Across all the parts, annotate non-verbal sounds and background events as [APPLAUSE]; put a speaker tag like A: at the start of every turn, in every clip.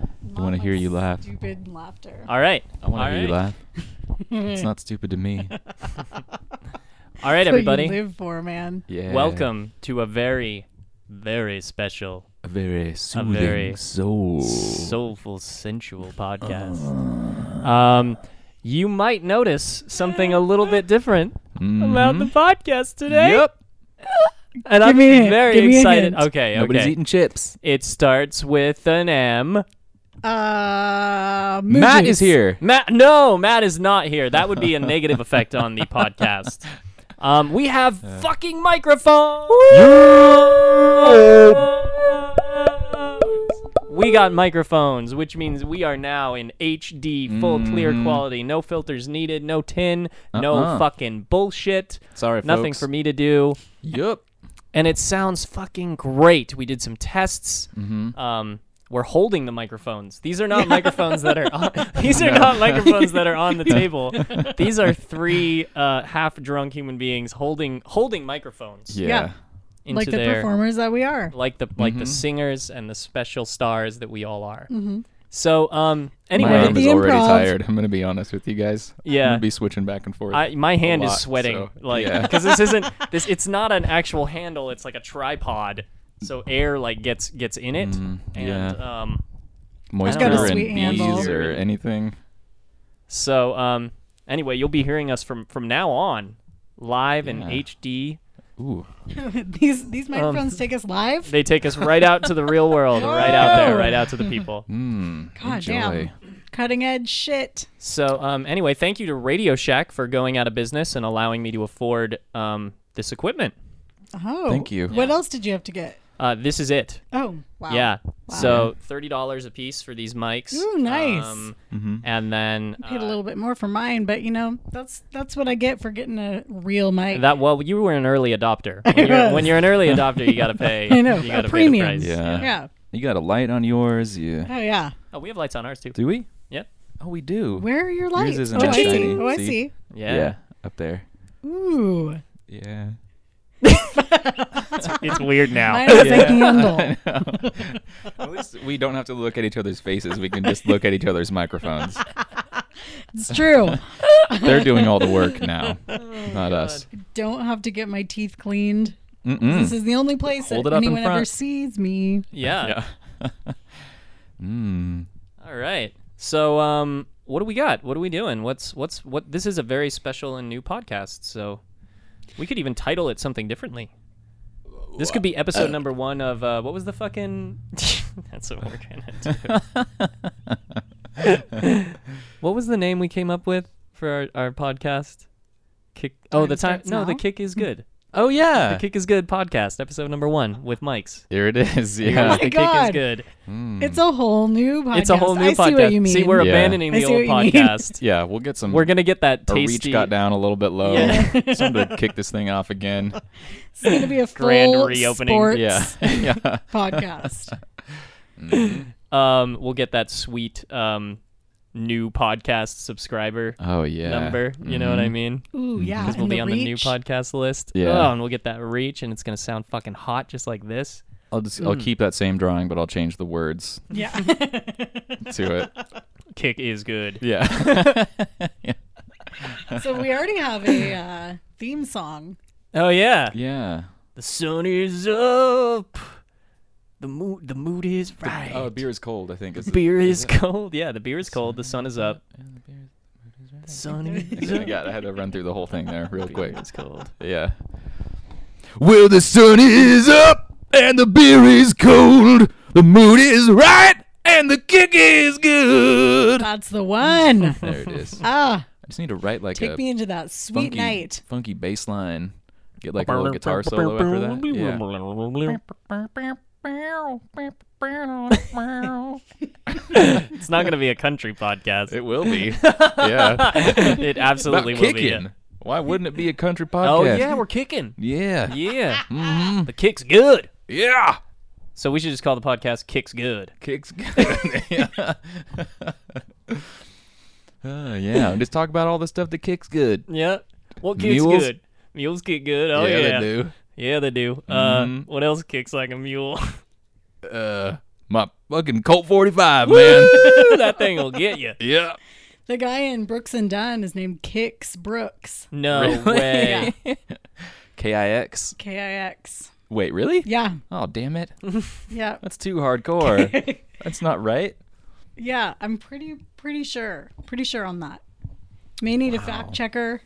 A: I wanna
B: my
A: hear you laugh.
B: Stupid laughter.
C: All right.
A: I want
C: All
A: to hear you
C: right.
A: laugh. It's not stupid to
C: [LAUGHS]
A: me.
C: All right,
B: That's what
C: everybody.
B: You live for man.
A: Yeah.
C: Welcome to a very, very special,
A: A very soothing
C: very
A: soul.
C: soulful, sensual
A: Uh-huh.
C: podcast. Um, you might notice something a little bit different about the
A: Mhm.
C: podcast today.
A: Yep.
C: And I'm
B: me a-
C: very
B: give me a
C: excited.
B: hint.
C: Okay,
A: Nobody's
C: okay.
A: eating chips.
C: It starts with an M.
B: Uh, mood
A: Matt
B: juice.
A: is here.
C: Matt, no, Matt is not here. That would be a negative effect on the podcast. Um, we have fucking microphones. We got microphones, which means we are now in HD, full clear quality, no filters needed, no tin, no
A: Mm. Uh-uh.
C: fucking bullshit,
A: Sorry,
C: nothing
A: folks.
C: for me to do,
A: Yep.
C: and it sounds fucking great. We did some tests. Um, we're holding the microphones. These are not microphones that are on, [LAUGHS] these are not microphones that are on the table. These are three uh, half drunk human beings holding holding microphones
A: Yeah.
B: Yeah.
C: into
B: like the
C: their
B: performers that we are.
C: like the like the singers and the special stars that we all are.
B: Mm-hmm.
C: So um
A: My
C: anyway,
B: Well,
A: arm
B: the
A: is already
B: improv-
A: tired. I'm gonna be honest with you guys.
C: Yeah.
A: I'm gonna be switching back and forth.
C: I, my hand
A: lot,
C: is sweating
A: so, [LAUGHS]
C: like
A: yeah.
C: because this isn't this it's not an actual handle it's like a tripod so air like gets gets in it
A: Mm,
C: and um
A: Moisture
C: got a
A: and
B: sweet
A: bees
B: handle.
A: or anything.
C: so um anyway you'll be hearing us from from now on live in
A: Yeah.
C: HD
A: Ooh.
B: [LAUGHS] these
A: Um,
B: these microphones take us live.
C: they take us right out to the
A: [LAUGHS]
C: real world right out there right out to the people
A: Mm,
B: God
A: enjoy.
B: damn. Cutting edge shit.
C: so um anyway thank you to Radio Shack for going out of business and allowing me to afford um this equipment
B: Oh.
A: Thank you.
B: What else did you have to get?
C: uh this is it
B: Oh, wow.
C: Yeah. So thirty dollars a piece for these mics. Um,
B: Ooh, nice.
C: And then
B: Paid a
C: uh,
B: little bit more for mine, but you know that's that's what I get for getting a real mic.
C: uh, that. Well, you were an early adopter. When you're,
B: [LAUGHS] was.
C: when you're an early adopter, you gotta pay.
B: [LAUGHS] I know,
C: You
B: a
C: gotta
B: premium.
C: Pay the price.
A: Yeah.
B: yeah.
A: You got a light on yours. Yeah.
B: Oh yeah.
C: Oh, we have lights on ours too.
A: Do we?
C: Yeah.
A: Oh, we do.
B: Where are your lights?
A: isn't
B: oh, I see.
A: shining,
B: Oh, I
A: see?
B: see.
C: Yeah.
A: yeah. Up there.
B: Ooh.
A: Yeah.
C: It's weird
A: [LAUGHS]
C: now.
B: Mine is a handle.
A: At least we don't have to look at each other's faces. We can just look at each other's microphones.
B: It's
A: [LAUGHS]
B: true.
A: They're doing all the work now, not us.
B: Don't have to get my teeth cleaned. This
C: Hmm.
A: Mm-mm.
B: is the only place
A: Hold
B: that
A: it up in
B: anyone ever
A: front.
B: sees me.
C: [LAUGHS] yeah.
A: [LAUGHS] Yeah. mm.
C: All right. So um, what do we got? What are we doing? What's what's what? This is a very special and new podcast. So we could even title it something differently. This could be episode number one of uh, what was the fucking? [LAUGHS] That's what we're gonna do. What was the name we came up with for our, our podcast? Kick. oh, the time.
B: Starts
C: No, the
B: Now? Hmm.
C: kick is good.
A: Oh
C: The
A: yeah.
C: kick is good podcast episode number one with Mike's.
A: Here it is. Yeah.
B: Oh my
C: the kick is
B: God.
C: good.
B: It's a whole new podcast.
C: Hmm. It's a whole new
B: I
C: podcast.
B: See what you mean.
C: we're
A: Yeah.
C: abandoning
B: I
C: the
B: see
C: old
B: what you mean. [LAUGHS]
C: podcast.
A: Yeah. We'll get some.
C: We're gonna get that
A: our
C: tasty.
A: reach got down a little bit low. [LAUGHS]
C: Yeah.
A: Somebody kick this thing off again.
B: it's going to be a full
C: [LAUGHS] Grand reopening.
B: sports
A: Yeah. [LAUGHS] yeah.
C: [LAUGHS]
B: podcast.
C: Um, we'll get that sweet um, new podcast subscriber
A: Oh yeah. Mm-hmm.
C: number. You know what I mean?
B: Ooh, yeah.
C: Because we'll
B: and
C: Hmm. be on the new
B: reach.
C: podcast list.
A: Yeah.
C: Oh, and we'll get that reach, and it's gonna sound fucking hot, just like this.
A: I'll just
C: Mm.
A: I'll keep that same drawing, but I'll change the words
B: Yeah.
C: [LAUGHS]
A: to it.
C: Kick is good.
A: Yeah. [LAUGHS]
C: [LAUGHS]
B: so we already have a uh, theme song.
C: Oh yeah.
A: yeah.
C: The sun is up. The mood the mood is right.
A: Oh, beer is cold. I think is
C: beer is cold. Yeah, the beer is cold. The sun is up. The sun is
A: I got. I had to run through the whole thing there real quick.
C: It's cold.
A: Yeah. Well, the sun is up and the beer is cold. The mood is right and the kick is good.
B: That's the
C: [LAUGHS]
B: one.
A: There it is. I
B: ah,
A: just need to write like
B: take
A: a
B: me into that sweet
A: funky,
B: night.
A: funky bass line. Get like a little guitar solo after that. Yeah.
C: It's not gonna be a country podcast.
A: It will be. yeah.
C: [LAUGHS] It absolutely
A: About
C: will be.
A: kicking. Why wouldn't it be a country podcast? Hmm.
C: Oh yeah, we're kicking.
A: Yeah.
C: Yeah. The kick's good.
A: Yeah.
C: So we should just call the podcast Kicks Good.
A: Kicks [LAUGHS] good. yeah. [LAUGHS] Uh, yeah. Just talk about all the stuff that kicks good.
C: Yeah. What kicks
A: Mules?
C: good? Mules kick good. Oh yeah.
A: they do. Mm-hmm.
C: [LAUGHS] Yeah, they do. Uh, what else kicks like a mule?
A: Uh, my Fucking Colt 45, man.
C: Woo, that thing will get you.
A: yeah.
B: The guy in Brooks and Dunn is named Kix Brooks.
C: [LAUGHS] No way.
A: KIX.
B: K I X.
A: Wait, really?
B: Yeah.
A: Oh, damn
C: [LAUGHS]
A: it.
B: Yeah.
A: That's too hardcore. That's not right.
B: Yeah. I'm pretty pretty sure. Pretty sure on that. May need a fact checker.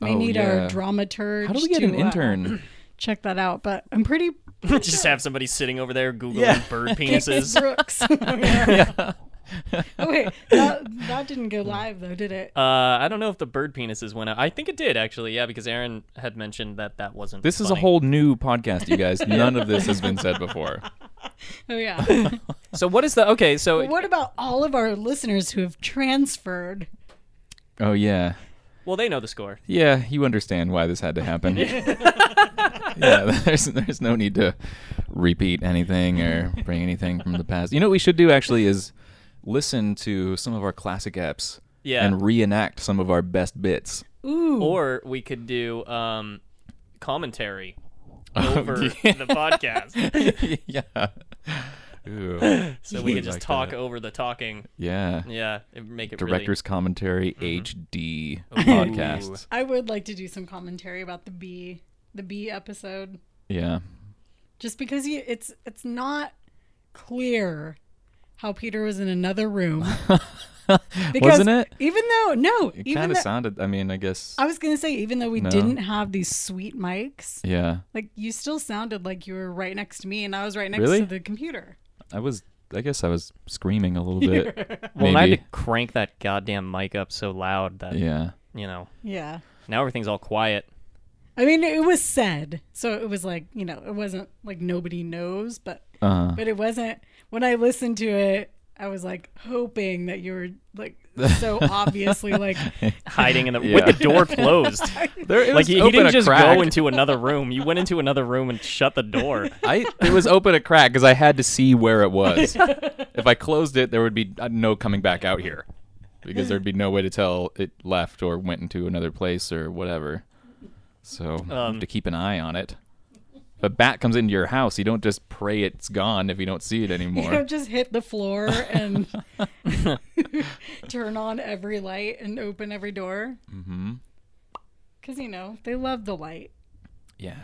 B: May
A: Oh,
B: need
A: yeah.
B: our dramaturge.
A: How do we get
B: to,
A: an
B: uh,
A: intern?
B: check that out. But I'm pretty
C: Just have somebody sitting over there googling
A: Yeah.
C: [LAUGHS] bird
B: Kix
C: penises.
B: Brooks. [LAUGHS] yeah.
C: [LAUGHS]
B: oh
A: [LAUGHS]
B: wait, that, that didn't go live though, did it?
C: Uh, I don't know if the bird penises went out. I think it did actually. Yeah, because Aaron had mentioned that that wasn't.
A: This is a
C: funny.
A: whole new podcast, you
C: [LAUGHS]
A: guys. None of this has been said before.
B: Oh
A: [LAUGHS]
B: yeah.
C: So what is the okay? So
B: what about all of our listeners who have transferred?
A: Oh, yeah.
C: well, they know the score.
A: Yeah, you understand why this had to happen. [LAUGHS] yeah, there's there's no need to repeat anything or bring anything from the past. You know what we should do actually is listen to some of our classic apps
C: Yeah.
A: and reenact some of our best bits. [LAUGHS]
B: Ooh.
C: Or we could do um,
A: [LAUGHS]
C: commentary
A: Oh,
C: over the podcast,
A: yeah. Ooh.
C: so we could just
A: Like
C: talk
A: that.
C: over the talking.
A: Yeah.
C: Yeah, it make it really-
A: Director's commentary HD podcasts.
B: I would like to do some commentary about the bee, the bee episode,
A: Yeah. [LAUGHS]
B: just because you, it's it's not clear how Peter was in another room. Because
A: Wasn't it?
B: Even though no,
A: It
B: even
A: kind
B: though,
A: of sounded I mean, I guess
B: I was gonna say even though we
A: No.
B: didn't have these sweet mics,
A: yeah.
B: like you still sounded like you were right next to me, and I was right next
A: Really?
B: to the computer.
A: I was I guess I was screaming a little bit.
C: [LAUGHS] Well, and I had
A: maybe.
C: to crank that goddamn mic up so loud that
A: Yeah.
C: you know
B: Yeah.
C: now everything's all quiet.
B: I mean, it was said, so it was like you know, it wasn't like nobody knows, but
A: Uh,
B: but it wasn't. When I listened to it, I was like hoping that you were like
A: [LAUGHS]
B: so obviously like
C: Hiding in the
A: Yeah.
C: with
A: [LAUGHS]
C: the door closed.
A: there, it
C: like
A: was
C: he, he
A: open
C: didn't
A: a
C: just
A: crack.
C: go into another room. You went into another room and shut the door.
A: [LAUGHS]
C: [LAUGHS]
A: I it was open a crack because I had to see where it was. if I closed it, there would be uh, no coming back out here because there'd be no way to tell it left or went into another place or whatever. So you
C: Um,
A: have to keep an eye on it. If a bat comes into your house, you don't just pray it's gone if you don't see it
B: you know
C: [LAUGHS]
A: anymore.
B: just hit the floor and turn on every light and open every door. Mm-hmm. Cause you know they love the light.
A: yeah.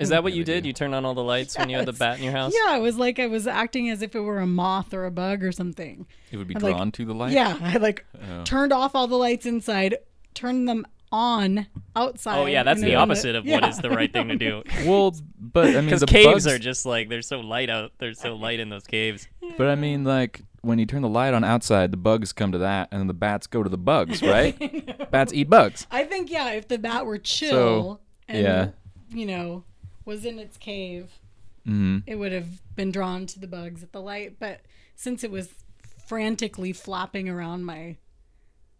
C: Is that what you
A: they
C: did?
A: do.
C: You turned on all the lights when you had the
B: Yes.
C: bat in your house?
B: Yeah, it was like I was acting as if it were a moth or a bug or something.
A: It would be
B: I'm like,
A: drawn to the light.
B: Yeah, I like turned off all the lights inside, turned them on outside.
C: Oh yeah, that's
B: and
C: the
B: then-
C: opposite of what
B: Yeah.
C: is the right thing to
B: [LAUGHS]
C: do.
A: Well, but I
C: [LAUGHS]
A: mean,
C: Because
A: the
C: caves
A: bugs,
C: are just like they're so light out. They're so light in those caves.
A: But I mean, like when you turn the light on outside, the bugs come to that, and then the bats go to the
B: [LAUGHS]
A: bugs, right? bats eat bugs.
B: I think yeah, if the bat were chill
A: So,
B: and
A: yeah.
B: you know was in its cave,
A: Mm-hmm.
B: it would have been drawn to the bugs at the light. But since it was frantically flapping around my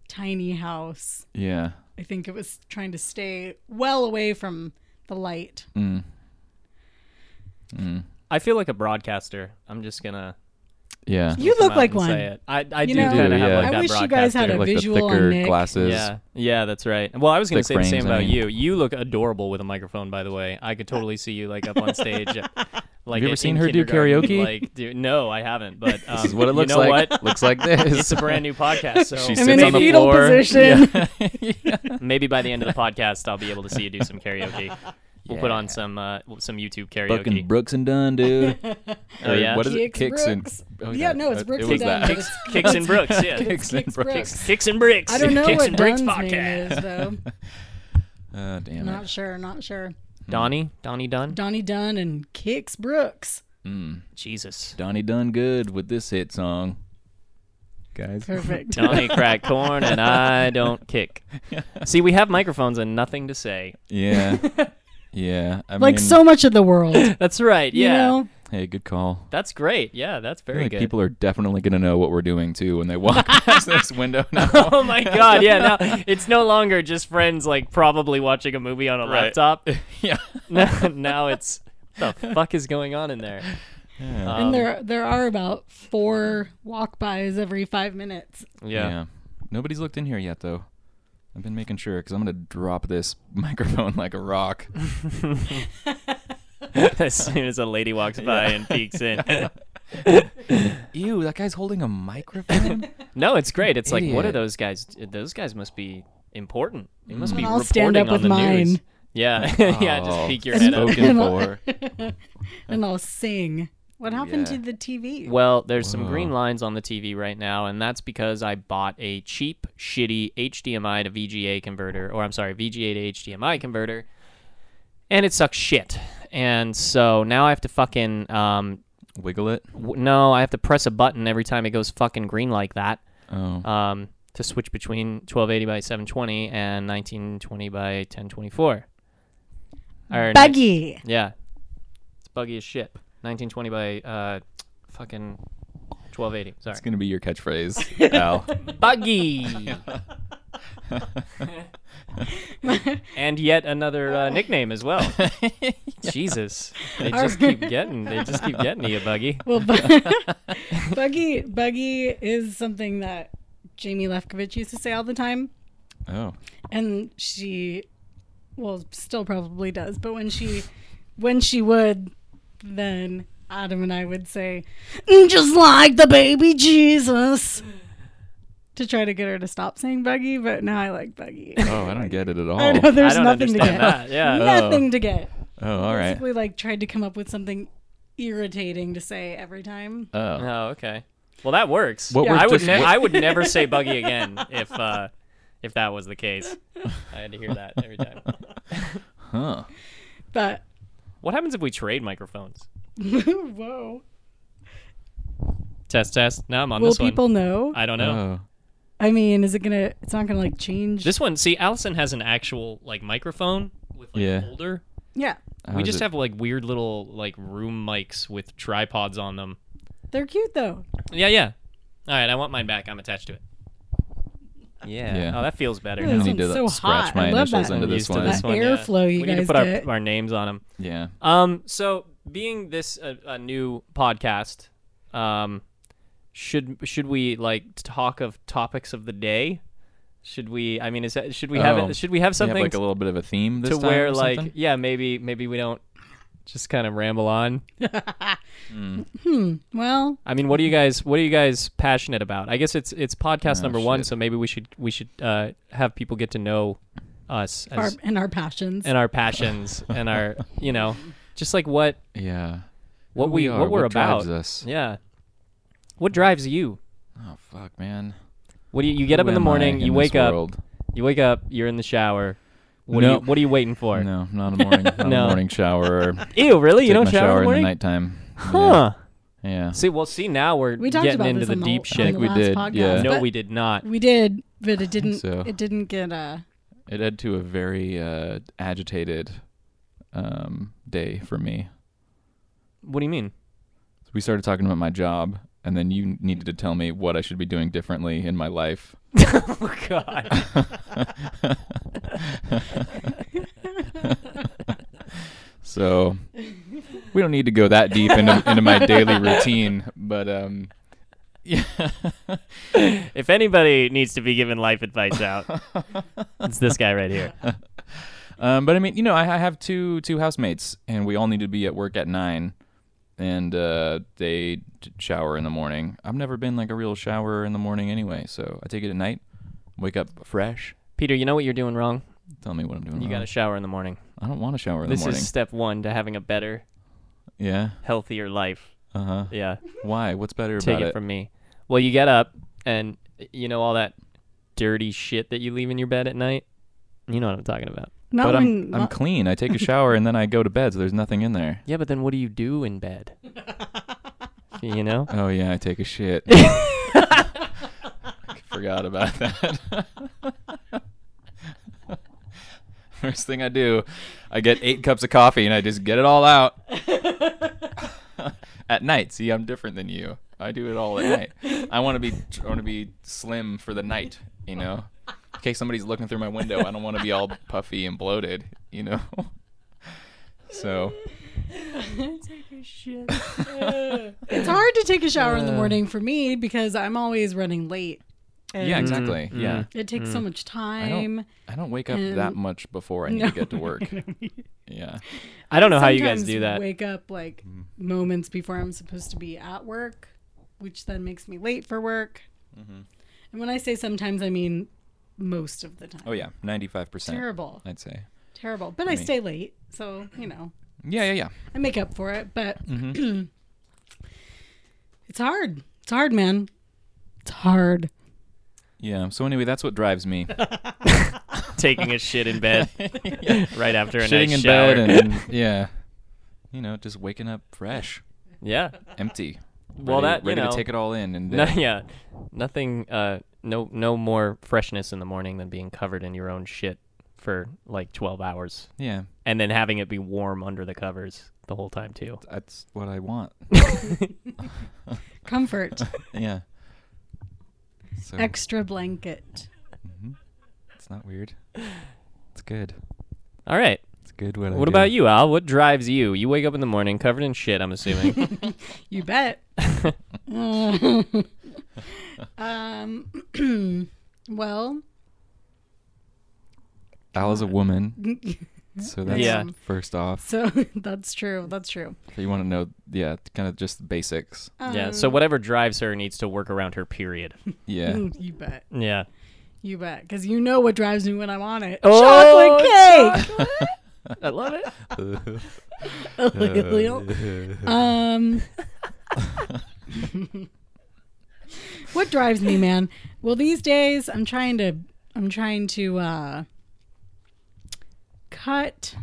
B: tiny house,
A: Yeah.
B: I think it was trying to stay well away from the light.
A: Mm-hmm.
C: I feel like a broadcaster. I'm just gonna
A: Yeah.
B: You
C: come
B: look
C: out
B: like
C: and
B: one.
C: say it. I, I
B: You
C: do
B: know,
C: kind
A: You do,
C: of have
A: yeah.
C: like
A: I
C: that
B: wish you guys
C: broadcaster.
B: had a
A: like
B: visual
A: the
B: on
A: thicker
B: Nick.
A: glasses.
C: Yeah, yeah, that's right. Well, I was going to
A: Thick
C: say the same
A: frames, I
C: about
A: mean.
C: you. You look adorable with a microphone, by the way. I could totally see you like up on
A: [LAUGHS]
C: stage. at- like
A: you ever
C: in
A: seen her do
C: kindergarten,
A: karaoke?
C: Like, do, no, I haven't. But um,
A: This is what it looks
C: you know
A: like. [LAUGHS]
C: What?
A: Looks like this.
C: [LAUGHS] It's a brand
A: [LAUGHS]
C: new podcast, so
A: She
B: I'm
A: sits
B: in a
A: on the
B: fetal
A: floor.
B: position. [LAUGHS]
A: [LAUGHS] Yeah.
C: maybe by the end of
A: [LAUGHS]
C: the podcast, I'll be able to see you do some karaoke. We'll put on some uh, some YouTube
A: Fucking
C: karaoke.
A: Brooks and
B: [LAUGHS]
A: Dunn, dude.
C: Oh,
A: Or
C: yeah.
A: What is it?
B: Kicks
A: Kicks and
B: Brooks.
A: oh,
B: Yeah, no, it's
A: It-
B: Brooks
A: it
B: and
A: was
B: Dunn.
A: that.
B: Kicks-
C: Kicks and Brooks, yeah.
A: Kicks
B: [LAUGHS]
A: and
B: Kicks
A: Brooks.
C: Kicks and bricks.
B: I don't know
C: Kicks
B: what
C: and bricks
B: Dunn's name
C: podcast.
B: is though.
A: [LAUGHS] Uh, damn
B: Not
A: it.
B: sure, not sure.
C: Donnie, Donnie Dunn.
B: Donnie Dunn and Kix Brooks.
C: Jesus.
A: Donnie done good with this hit song. Guys.
B: Perfect.
C: Donnie crack corn and I don't kick. See, we have microphones and nothing to say.
B: [LAUGHS]
A: Yeah. Yeah. I
B: like
A: mean,
B: so much of the world.
A: [COUGHS]
B: Yeah.
C: That's right.
B: You
C: Yeah.
B: know?
A: Hey, good call.
C: That's great. Yeah, that's
A: I feel
C: very
A: like
C: good.
A: people are definitely gonna know what we're doing too when they walk past this
C: [LAUGHS]
A: window now.
C: [LAUGHS] Oh my god, yeah. Now it's no longer just friends like probably watching a movie on a
A: Right. [LAUGHS]
C: laptop.
A: [LAUGHS] yeah.
C: now, now it's the fuck is going on in there?
A: Uh, Um,
B: and there there are about four walk bys every five minutes.
A: Yeah.
C: Yeah.
A: Nobody's looked in here yet, though. I've been [LAUGHS]
C: [LAUGHS]
A: making sure because I'm gonna drop this microphone like a rock.
C: as soon as a lady walks by and
A: [LAUGHS]
C: peeks in.
A: Ew, that guy's holding a microphone. [LAUGHS]
C: No, it's great. It's like, what are
A: Idiot.
C: those guys? Those guys must be important. They must be
B: Well, I'll
C: reporting
B: stand up
C: on
B: with
C: the news.
B: mine.
C: Yeah, [LAUGHS] [LAUGHS] yeah. Just
A: Oh,
C: peek your head up.
A: spoken
C: [LAUGHS]
A: for.
B: and I'll sing. What happened
A: Yeah.
B: to the TV?
C: Well, there's some green lines on the TV right now, and that's because I bought a cheap, shitty HDMI to VGA converter, or I'm sorry, VGA to HDMI converter, and it sucks shit. And so now I have to fucking um,
A: Wiggle it.
C: w- no, I have to press a button every time it goes fucking green like that.
A: Oh.
C: um, to switch between 1280 by 720 and 1920 by 1024. Or,
B: [LAUGHS] Buggy.
C: Yeah. It's buggy as shit. 1920 by uh, fucking 1280. Sorry.
A: It's gonna be your
C: [LAUGHS]
A: catchphrase, Al.
C: Buggy! [LAUGHS] and yet another uh, nickname as well. Jesus. They just keep getting, they just keep getting to you, Buggy.
B: Well, bu- [LAUGHS] buggy, buggy is something that Jamie Lefkowitz used to say all the time,
A: [LAUGHS] oh.
B: and she, well, still probably does. But when she, when she would, then Adam and I would say, "Mm, "Just like the baby Jesus," to try to get her to stop saying buggy. But now I like buggy.
A: Oh, I don't get it at
B: [LAUGHS]
A: all.
B: I know
C: I
B: there's
C: don't
B: nothing to get. [LAUGHS]
C: understand that. Yeah.
B: Nothing to get.
A: Oh, all right.
B: We like tried to come up with something irritating to say every time.
A: Oh.
C: Oh, okay. Well, that works.
A: What we're
C: I would
A: just-
C: ne-
A: what-
C: I would never say
A: [LAUGHS]
C: buggy again if uh, if that was the case. I had to hear that every time.
A: Huh.
B: But
C: [LAUGHS]
B: [LAUGHS]
C: What happens if we trade microphones?
B: whoa.
C: Test test. No, I'm on
B: Will
C: this
B: people
C: one.
B: know?
C: I don't know.
A: Oh.
B: I mean, is it gonna? It's not gonna like change.
C: This one, see, Allison has an actual like microphone with like
A: Yeah.
C: a holder.
B: yeah,
A: How
C: we
A: is
C: just
A: it-
C: have like weird little like room mics with tripods on them.
B: they're cute though.
C: Yeah, yeah. All right, I want mine back. I'm attached to it. Yeah.
A: Yeah.
C: Oh, that feels better.
B: Yeah,
A: I
C: now.
B: this
A: need to
B: one's so
A: scratch
B: hot.
A: my
B: I love
A: initials
B: that.
A: into
C: I'm
A: this
C: used to
A: one.
C: this one. yeah.
B: airflow you
C: we need
B: guys
C: to put
B: get.
C: our, our names on them.
A: Yeah.
C: Um, so being this a, a new podcast, um, should should we like talk of topics of the day? Should we? I mean, is that, should we have
A: Oh.
C: it? Should we
A: Do you have
C: have something
A: like a little bit of a theme this
C: to
A: time
C: where
A: or
C: like
A: something?
C: yeah maybe maybe we don't just kind of ramble on.
B: Well,
C: I mean, what are you guys what are you guys passionate about? I guess it's it's podcast
A: Oh,
C: number one,
A: shit.
C: so maybe we should we should uh, have people get to know us
B: our
C: as,
B: and our passions.
C: and our passions and our you know just like what
A: yeah.
C: what
A: Who
C: we,
A: are,
C: what we're about.
A: drives us.
C: Yeah. What drives you?
A: Oh fuck, man.
C: What do you, you get up
A: Who
C: in the
A: am I
C: morning, you
A: this
C: wake up,
A: world?
C: you wake up, you're in the shower. What are
A: No.
C: you what are you waiting for?
A: No, not a
C: [LAUGHS]
A: morning, not
C: No.
A: a morning shower. Or
C: Ew, really?
A: take
C: [LAUGHS] You don't
A: my
C: shower, in the morning?
A: nighttime.
C: Huh.
A: Yeah. yeah.
C: See, well, see now we're
B: we talked
C: getting
B: about
C: into
B: this
C: the
B: on the,
C: deep
B: on
C: shit.
B: the
A: We
B: last
A: did,
B: Podcast,
A: yeah.
C: no,
B: but
C: we did not.
B: we did, but it didn't.
A: so.
B: It didn't get uh
A: It led to a very uh, agitated um, day for me.
C: What do
B: [LAUGHS]
C: you mean?
A: So we started talking about my job, and then you needed to tell me what I should be doing differently in my life.
C: Oh god.
A: [LAUGHS] So we don't need to go that deep into, into my daily routine, but um,
C: [LAUGHS] if anybody needs to be given life advice
A: [LAUGHS]
C: out, it's this guy right here.
A: Um, but I mean, you know, I, I have two two housemates, and we all need to be at work at nine, and uh, they d- shower in the morning. I've never been like a real shower in the morning anyway, so I take it at night, wake up fresh.
C: Peter, you know what you're doing wrong?
A: Tell me what I'm doing.
C: You got to
A: wrong.
C: shower in the morning.
A: I don't want to shower Uh-huh. in
C: this
A: the morning.
C: is step 1 to having a better,
A: yeah.
C: healthier life.
A: Uh huh.
C: Yeah.
A: Why? What's better
C: Take
A: about
C: it, from me. Well, you get up and you know all that dirty shit that you leave in your bed at night. You know what I'm talking about.
B: not
A: But
B: when.
A: I'm I'm clean. I take a shower and then I go to bed, so there's nothing in there.
C: Yeah, but then what do you do in
A: [LAUGHS]
C: bed? you know?
A: Oh yeah, I take a shit. Forgot about that. [LAUGHS] First thing I do, I get eight cups of coffee and I just get it all out at night. See, I'm different than you. I do it all at night. I want to be I want to be slim for the night. You know, in case somebody's looking through my window, I don't want to be all puffy and bloated. You know, [LAUGHS] so
C: Uh.
B: it's hard to take a shower in the morning for me because I'm always running late. And
C: Mm-hmm.
A: yeah, exactly. Yeah.
B: It takes
C: Mm.
B: so much
A: I
B: time.
A: don't, I don't wake up that
B: Um,
A: much before I need
B: no.
A: to get
C: [LAUGHS]
A: to work. yeah.
C: I don't know how you guys
B: Sometimes
C: do that.
B: Wake up like
A: Mm.
B: moments before I'm supposed to be at work, which then makes me late for work.
A: Mm-hmm.
B: And when I say sometimes, I mean most of the time.
A: Oh, yeah. 95%.
B: Terrible,
A: I'd say.
B: terrible. But I
A: me.
B: stay late, so you know
A: Yeah, yeah, yeah.
B: I make up for it. But [CLEARS THROAT] it's hard. It's hard, man. It's hard.
A: Yeah. So, anyway, that's what drives
C: [LAUGHS]
A: me. [LAUGHS]
C: Taking a shit in bed right after a
A: Shitting
C: nice
A: in
C: shower.
A: bed and, yeah. You know, just waking up fresh,
C: yeah.
A: empty.
C: Well,
A: ready,
C: that, you
A: ready
C: know-
A: to take it all in. And
C: No,
A: uh,
C: yeah. Nothing. Uh, no, no more freshness in the morning than being covered in your own shit for like 12 hours,
A: yeah,
C: and then having it be warm under the covers the whole time
A: [LAUGHS]
C: too.
A: that's what I want.
C: [LAUGHS]
B: Comfort.
A: Yeah. So
B: Extra blanket.
A: it's not weird. It's good.
C: All right.
A: It's good. What, I
C: What
A: do.
C: about you, Al? What drives you? You wake up in the morning covered in shit. I'm assuming.
B: [LAUGHS]
A: [LAUGHS]
B: You bet. [LAUGHS] um, [CLEARS THROAT] well,
A: Al is a
C: [LAUGHS]
A: woman, so that's
C: Yeah.
A: first off.
B: so [LAUGHS] that's true. That's true. Um,
A: So you want to know, yeah, kind of just the basics.
C: yeah. So whatever drives her needs to work around
A: [LAUGHS]
C: her period.
A: Yeah.
B: You bet.
C: Yeah.
B: You bet. Because you know what drives me when I want it.
C: Oh,
B: chocolate cake.
C: I love it. [LAUGHS]
B: [LAUGHS] um, what drives me, man? Well, these days I'm trying to I'm trying to uh, cut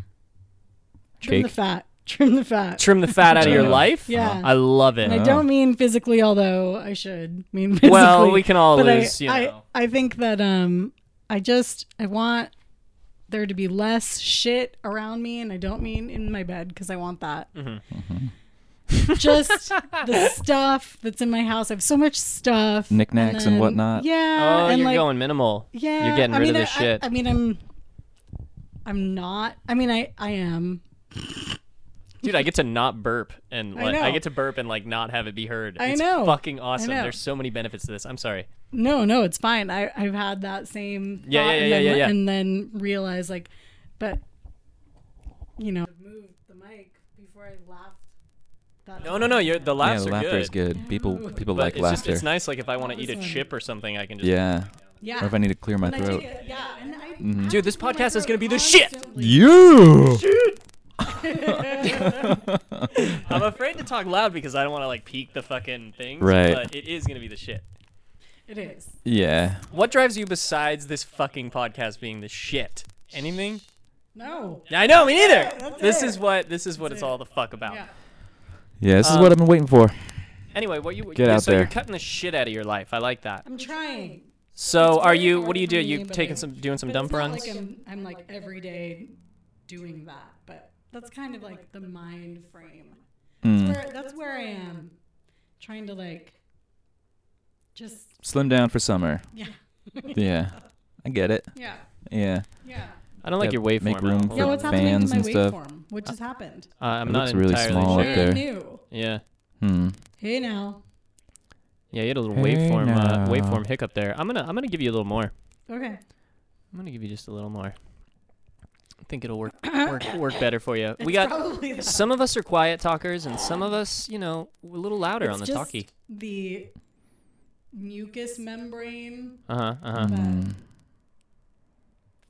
B: trim the
A: Cake.
B: fat, trim the fat.
C: Trim the fat out of your
A: Yeah.
C: life.
B: Yeah.
C: I love it.
B: I don't mean physically, although I should mean [LAUGHS] physically.
C: Oh. Well, we can all
B: but I-
C: lose, you
B: I,
C: know.
B: I think that um, I just I want there to be less shit around me, and I don't mean in my bed because I want that.
C: Mm-hmm.
B: Mm-hmm. just the stuff that's in my house. I have so much stuff,
A: Knickknacks and
B: then-
A: whatnot.
B: Yeah,
C: Oh,
B: and
C: you're
B: like,
C: going minimal.
B: Yeah,
C: You're getting
B: I
C: rid
B: mean,
C: of the
B: I,
C: shit.
B: I, I mean, I'm, I'm not. I mean, I, I am.
C: Dude, I get to not burp and
B: I
C: like I,
B: know.
C: get to burp and like not have it be heard.
B: I
C: it's
B: know.
C: fucking awesome.
B: know.
C: There's so many benefits to this. I'm sorry.
B: No, no, it's fine. I, I've had that same
C: Yeah,
B: thought
C: yeah,
B: and,
C: yeah,
B: then,
C: yeah, yeah.
B: and then realized like, but you know, moved the mic before I laughed. That
C: No, no, no. You're, the
A: Yeah,
C: laughs
A: the
C: are
A: laughter
C: good.
A: is good. People people
C: But
A: like
C: it's just
A: laughter.
C: it's nice like if I want to eat a
B: Listen.
C: chip or something, I can just
A: yeah.
B: Yeah.
A: Or if I need to clear my
B: And I
A: throat. Mm-hmm.
B: take it- yeah, and I-
C: Dude, this
B: my
C: podcast is
B: throat
C: gonna be the shit.
B: constantly. [LAUGHS]
A: [LAUGHS] You.
C: I'm afraid to talk loud because I don't want to like peak the fucking things.
A: Right.
C: But it is gonna be the shit.
B: It is.
A: Yeah.
C: What drives you besides this fucking podcast being the shit? Anything?
B: No.
C: I know, me neither. This is what this is what it's all the fuck about.
B: Yeah.
A: Yeah. This
C: Um,
A: is what I've been waiting for.
C: Anyway, what you
A: Get out
C: so you're
A: there.
C: cutting the shit out of your life. I like that.
B: I'm trying.
C: So
B: It's
C: are
B: very
C: you?
B: hard
C: What do you
B: for
C: do?
B: me,
C: You
B: but
C: taking
B: I-
C: some, doing some
B: But
C: dump
B: it's not
C: runs?
B: Like I'm, I'm like every day doing that, but that's kind of like the mind frame. That's,
A: Hmm.
B: where, that's where I am, trying to like just [LAUGHS]
A: Slim down for summer.
B: yeah,
A: Yeah. I get it.
B: yeah,
A: Yeah.
B: [LAUGHS] yeah.
C: I don't like
A: Yeah,
C: your waveform.
A: make
C: at
A: room
C: all.
A: for-
B: Yeah, what's happening to
A: fans
B: my
A: and stuff.
B: waveform? What just happened?
C: Uh, I'm
A: It
C: not
A: looks really
C: entirely
A: small up
C: sure.
A: there.
B: Brand new.
C: Yeah,
A: Hmm.
B: Hey now.
C: yeah, you had a little
A: Hey
C: waveform, uh,
A: now.
C: waveform hiccup there. I'm gonna, I'm gonna give you a little more.
B: Okay.
C: I'm gonna give you just a little more. I think it'll work, work, work better for you. we got [LAUGHS]
B: probably the,
C: some of us are quiet talkers, and some of us, you know, we're a little louder
B: it's
C: on the
B: just
C: talkie.
B: the mucous membrane
C: Uh huh. Uh huh.
B: that
A: Mm.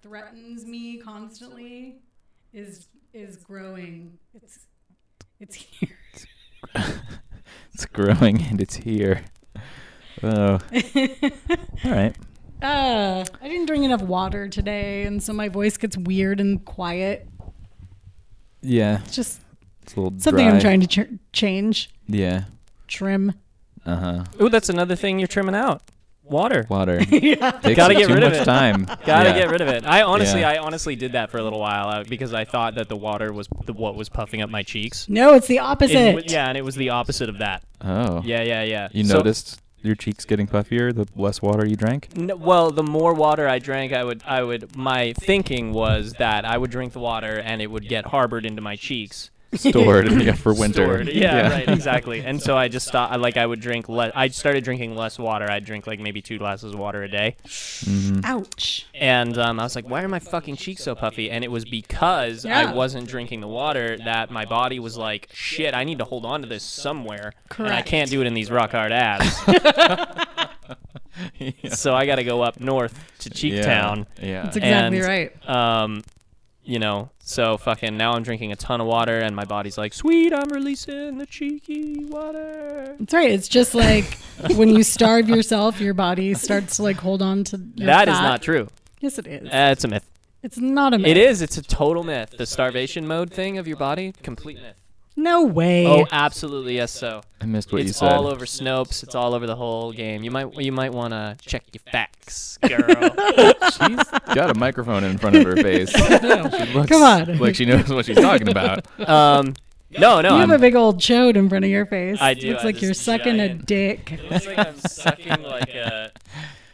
B: threatens me constantly is is growing. It's it's here. [LAUGHS]
A: It's growing [LAUGHS] and it's here.
B: [LAUGHS]
A: Oh. All right.
B: Uh, I didn't drink enough water today, and so my voice gets weird and quiet.
A: Yeah.
B: It's just
A: It's a little
B: something
A: dry.
B: I'm trying to ch- change,
A: Yeah.
B: trim.
A: Uh huh.
C: Ooh, that's another thing you're trimming out. Water.
A: Water.
B: [LAUGHS]
A: Takes
C: Gotta
A: up
C: get
A: too
C: rid of
A: much
C: it.
A: time.
C: Gotta
A: Yeah.
C: get rid of it. I honestly,
A: Yeah.
C: I honestly did that for a little while uh, because I thought that the water was the, what was puffing up my cheeks.
B: No, it's the opposite.
C: It w- yeah, and it was the opposite of that.
A: Oh.
C: Yeah, yeah, yeah.
A: You
C: So-
A: noticed your cheeks getting puffier the less water you
C: [LAUGHS]
A: drank?
C: N- well, the more water I drank, I would, I would. My thinking was that I would drink the water and it would get harbored into my cheeks.
A: stored yeah, for winter. [LAUGHS]
C: Stored. Yeah, right, [LAUGHS] exactly. And so I just stopped. I, like I would drink less. I started drinking less water. I'd drink like maybe two glasses of water a day.
A: Mm-hmm.
B: Ouch.
C: And um, I was like, why are my fucking cheeks so puffy? And it was because
B: Yeah.
C: I wasn't drinking the water that my body was like, shit, I need to hold on to this somewhere. And I
B: Correct.
C: can't do it in these rock
A: [LAUGHS]
C: hard abs.
A: Yeah.
C: so I got to go up north to Cheektown.
A: Yeah.
B: That's exactly
C: and-
B: right.
C: Um, you know, so fucking now I'm drinking a ton of water and my body's like, sweet, I'm releasing the cheeky water.
B: That's right. It's just like when you starve yourself, your body starts to like hold on to. Your
C: That is
B: fat.
C: not true.
B: Yes, it is.
C: Uh, it's a myth.
B: it's not a. Myth.
C: It is. It's a total myth. The starvation mode thing of your body, complete myth.
B: No way.
C: Oh, absolutely. Yes, so
A: I missed what you
C: it's
A: said.
C: all over Snopes. It's all over the whole game. You might you might want to check your
B: [LAUGHS]
C: facts, girl.
A: She's got a microphone in front of
B: [LAUGHS]
A: her
C: [LAUGHS]
A: face. She looks
B: Come on.
A: Like she knows what she's talking about.
C: um, no,
B: you
C: no.
B: have
C: I'm,
B: a big old chode in front of your face.
C: I do,
B: Looks
C: I
B: like
C: just
B: you're sucking a
C: giant-
B: dick. [LAUGHS]
C: looks like I'm sucking like a.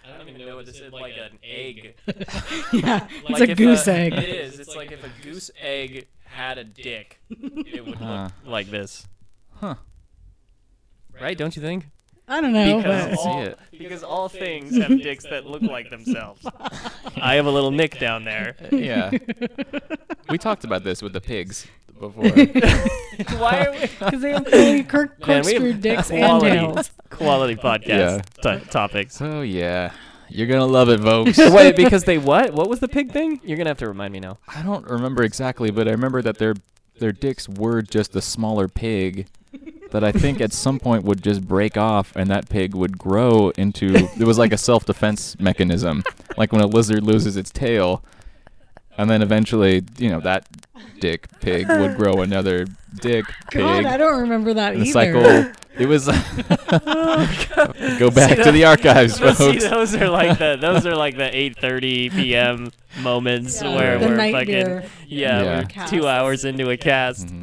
C: I don't even know what this is. Like an egg.
B: yeah, [LAUGHS] it's
C: Like
B: a
C: if uh,
B: goose
C: It
B: egg.
C: is. It's like if a goose egg had a dick, it would
A: Huh.
C: look like this.
A: Uh-huh. Huh.
C: Right? Don't you think?
B: I don't know,
A: Because
B: but
A: all- see it.
C: because all things have dicks that look like themselves.
B: [LAUGHS]
C: I have a little nick down there.
A: [LAUGHS] Yeah. We talked about this with the pigs
C: [LAUGHS]
A: before.
B: [LAUGHS]
C: Why are we?
B: because they have
C: [LAUGHS]
B: fully cor-
C: Man, we have
B: corkscrew dicks and
C: quality.
B: tails.
C: Quality podcast to-
B: [LAUGHS]
C: topics.
A: So yeah, you're gonna love it, folks.
C: Wait, because they what? What was the pig thing? You're gonna have to remind me now.
A: I don't remember exactly, but I remember that their their dicks were just a smaller pig that I think at some point would just break off, and that pig would grow into. It was like a self defense mechanism, like when a lizard loses its tail, and then eventually, you know, that dick pig would grow another dick pig.
B: God, I don't remember that
A: and the
B: either.
A: cycle. It was. [LAUGHS]
B: [LAUGHS] Oh,
A: Go back to the archives,
C: But [LAUGHS] see,
A: folks.
C: those are like the those are like
A: [LAUGHS]
C: the 8:30 p.m. moments
B: Yeah,
C: where
B: the
C: we're
B: night
C: fucking
B: beer.
C: yeah,
A: Yeah. Mm-hmm.
C: we're two hours into a cast.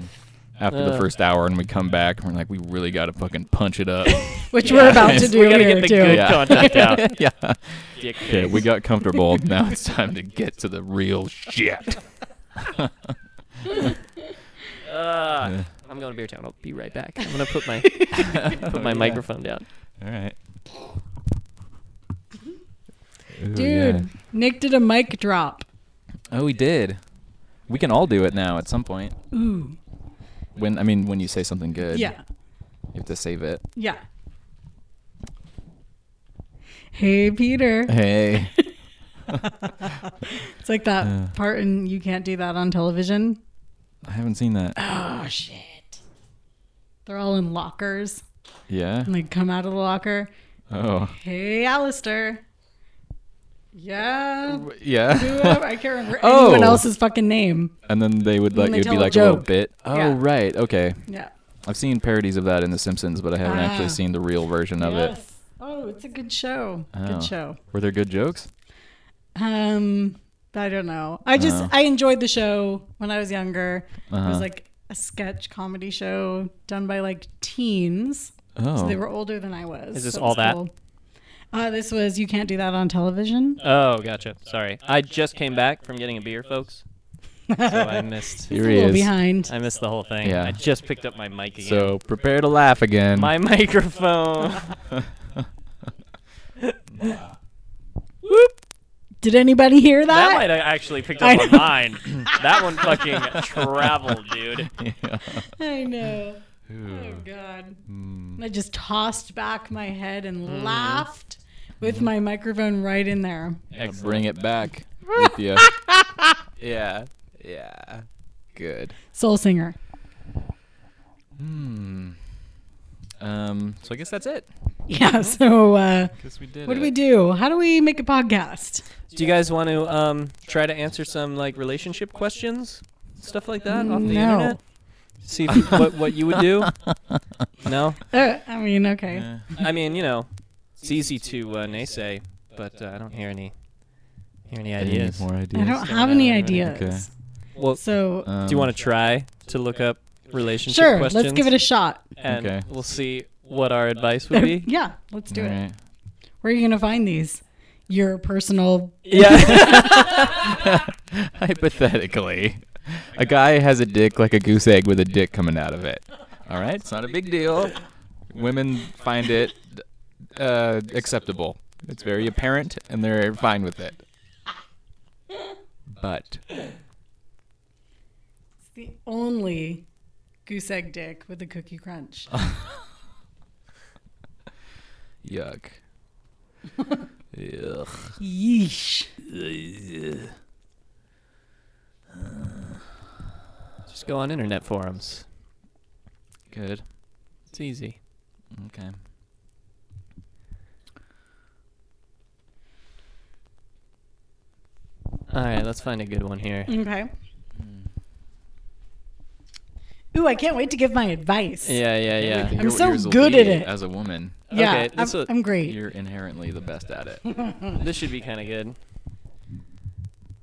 A: After the
C: Ugh.
A: first hour, and we come back, and we're like, we really got to fucking punch it up.
B: which we're
C: [LAUGHS]
B: about to
A: [LAUGHS] We
B: do
C: gotta
B: here
C: get the
B: too.
C: good
A: Yeah.
C: content
A: [LAUGHS]
C: out.
A: yeah.
C: Dick
A: Okay,
C: pigs.
A: we got comfortable. now it's time to get to the real [LAUGHS] shit. Uh,
B: [LAUGHS]
C: Ah,
A: Yeah.
C: I'm going to Beer Town. I'll be right back. I'm
A: [LAUGHS]
C: gonna [LAUGHS] put my put my
A: yeah.
C: microphone down.
A: All right.
B: Dude, Nick did a mic drop.
A: Oh, we did. We can all do it now at some point.
B: Ooh,
A: When I mean, when you say something good,
B: yeah,
A: you have to save it.
B: yeah. Hey, Peter.
A: Hey.
B: It's like that part in You Can't Do That on Television.
A: [LAUGHS] I haven't seen that.
B: Oh, shit. They're all in lockers
A: Yeah.
B: and they come out of the locker.
A: Oh.
B: Hey, Alistair. Yeah.
A: Yeah.
B: Whoever- I can't remember
A: Oh.
B: anyone else's fucking name.
A: [LAUGHS] and then they would like
B: they
A: it'd be
B: tell a
A: like a little
B: joke.
A: bit. Oh,
B: Yeah.
A: right. Okay.
B: Yeah.
A: I've seen parodies of that in The Simpsons, but I haven't actually
B: Ah.
A: seen the real version of it.
B: Oh, it's a good show.
A: Oh.
B: Good show.
A: Were there good jokes?
B: Um, I don't know. I just
A: Oh.
B: I enjoyed the show when I was younger. It
A: Uh-huh.
B: was like a sketch comedy show done by like teens.
A: Oh.
B: So they were older than I was.
C: Is this
B: so
C: all
B: it's
C: that?
B: cool. Uh, this was you can't do that on television.
C: Oh, gotcha. Sorry, I just came back from getting a beer, folks. [LAUGHS] So
B: [LAUGHS]
C: [LAUGHS] I missed.
A: Here
B: a
A: he
B: little
A: is.
B: behind.
C: I missed the whole thing.
A: Yeah.
C: I just picked up my mic again.
A: So prepare to laugh again. [LAUGHS]
C: my [LAUGHS] microphone. Whoop.
B: Did anybody hear
C: That
B: that?
C: might have actually picked
B: I
C: up on
B: know.
C: mine. that one fucking traveled,
D: [LAUGHS]
C: dude.
A: Yeah.
B: I know. Oh God.
A: Hmm.
B: I just tossed back my head and
C: Hmm.
B: laughed with
A: Hmm.
B: my microphone right in there.
A: Excellent. Bring it back
B: [LAUGHS]
A: with you. yeah. Yeah. Good.
B: Soul singer. [LAUGHS]
A: Hmm. Um, so I guess that's it.
B: Yeah. So uh,
A: Guess we did
B: what do we do? How do we make a podcast?
C: Do you guys want to um, try to answer some like relationship questions, stuff like that, off the
B: No.
C: internet? See if, what what you would [LAUGHS] do. No,
B: Uh, I mean, okay.
C: I mean you know, it's easy to uh, naysay, but uh, I don't hear any hear any ideas.
A: more
B: I
A: ideas?
B: don't
C: Still
B: have
C: not
B: any
C: really.
B: ideas.
A: Okay.
C: uh, Well, uh,
B: So
A: Um,
C: do you want to try to look up relationship
B: sure,
C: questions?
B: let's give it a shot.
C: and
A: Okay.
C: we'll see what our advice would be.
B: [LAUGHS] yeah, let's do it. Where are you gonna find these? Your personal
C: yeah.
A: [LAUGHS] Hypothetically. A guy has a dick like a goose egg with a dick coming out of it. All right, it's not a big deal. Women find it uh, acceptable. It's very apparent, and they're fine with it. But
B: It's the only goose egg dick with a cookie
C: [LAUGHS]
B: crunch.
A: yuck. Ugh.
B: Yeesh.
C: Just go on internet forums.
A: Good.
C: It's easy.
A: Okay.
C: All right, let's find a good one here.
B: Okay. Ooh, I can't wait to give my advice.
C: Yeah, yeah, yeah.
B: I'm so good at it.
A: As a woman,
B: Yeah,
C: Okay, this
B: I'm,
C: will-
B: I'm great.
A: you're inherently the best at
B: [LAUGHS]
A: it.
C: This should be kind of good.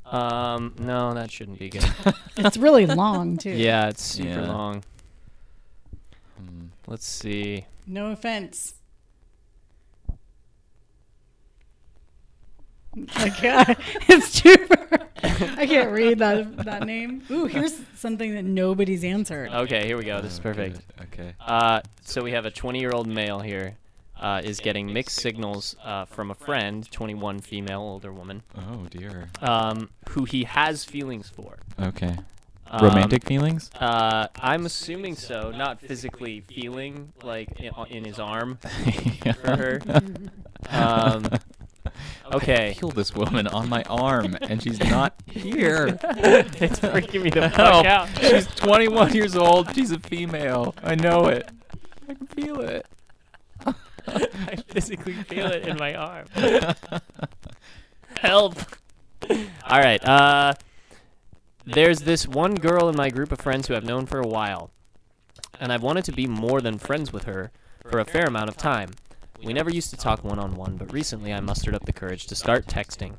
C: Um, no, that shouldn't
B: [LAUGHS]
C: be good.
B: It's
C: [LAUGHS]
B: really long too.
C: yeah, it's super
A: Yeah.
C: long. Let's see.
B: No offense. Like, uh, [LAUGHS] it's too. I can't read that that name. Ooh, here's something that nobody's answered.
C: Okay, here we go. This is
A: Oh,
C: perfect.
A: good. Okay.
C: Uh, so we have a 20-year-old male here. Uh, is getting mixed signals uh, from a friend, 21 female older woman,
A: Oh dear.
C: um, who he has feelings for.
A: Okay.
C: Um,
A: Romantic feelings?
C: Uh, I'm assuming so. Not physically feeling like in, in his arm for her. [LAUGHS]
A: [LAUGHS]
C: Um, okay.
A: Kill this woman on my arm, and she's
C: [LAUGHS]
A: not here.
C: it's freaking
A: [LAUGHS]
C: me the fuck
A: Help.
C: out.
A: She's 21 years old. She's a female. I know it. I can feel it.
C: [LAUGHS] I physically feel it in
A: [LAUGHS]
C: my arm. Help. All right. Uh, there's this one girl in my group of friends who I've known for a while, and I've wanted to be more than friends with her for a fair amount of time. We never used to talk one on one, but recently I mustered up the courage to start texting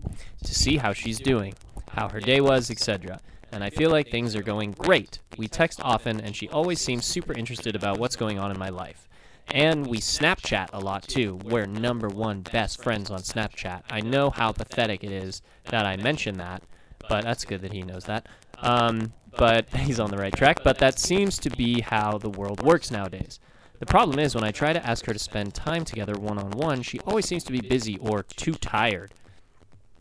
C: to see how she's doing, how her day was, etc. And I feel like things are going great. We text often, and she always seems super interested about what's going on in my life. And we Snapchat a lot too. We're number one best friends on Snapchat. I know how pathetic it is that I mention that, but that's good that he knows that. Um, but [LAUGHS] he's on the right track. But that seems to be how the world works nowadays. The problem is, when I try to ask her to spend time together one on one, she always seems to be busy or too tired.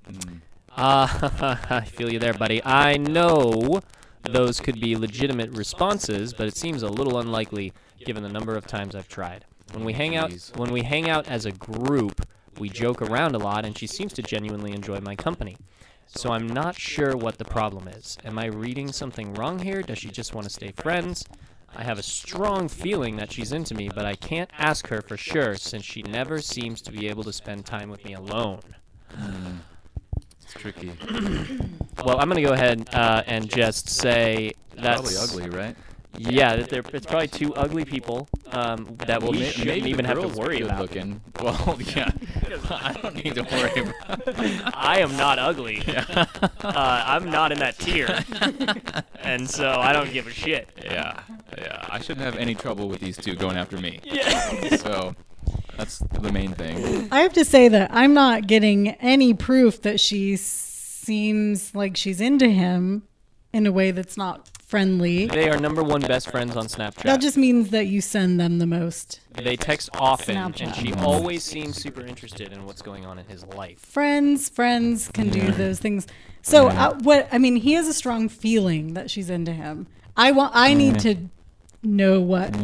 C: Mm. Uh, [LAUGHS] I feel you there, buddy. I know those could be legitimate responses, but it seems a little unlikely given the number of times I've tried. When we hang out,
A: Jeez.
C: when we hang out as a group, we joke around a lot, and she seems to genuinely enjoy my company. So I'm not sure what the problem is. Am I reading something wrong here? Does she just want to stay friends? I have a strong feeling that she's into me, but I can't ask her for sure since she never seems to be able to spend time with me alone.
A: Mm. It's tricky.
C: Well, I'm gonna go ahead uh, and just say that's
A: Probably ugly, right?
C: Yeah, that they're, it's probably two ugly people um, that we shouldn't even have to worry about. [LAUGHS]
A: looking. Well, yeah. [LAUGHS] I don't need to worry about
C: [LAUGHS] I am
A: [LAUGHS]
C: not ugly. Uh, I'm not in that tier, and so I don't give a shit.
A: Yeah. Yeah. I shouldn't have any trouble with these two going after me. [LAUGHS] So that's the main thing.
B: I have to say that I'm not getting any proof that she seems like she's into him in a way that's not friendly.
C: They are number one best friends on Snapchat.
B: That just means that you send them the most.
C: they text often, and
B: Snapchat.
C: she always seems super interested in what's going on in his life.
B: Friends, friends can do those things. So uh, what? I mean, he has a strong feeling that she's into him. I want. I need to know what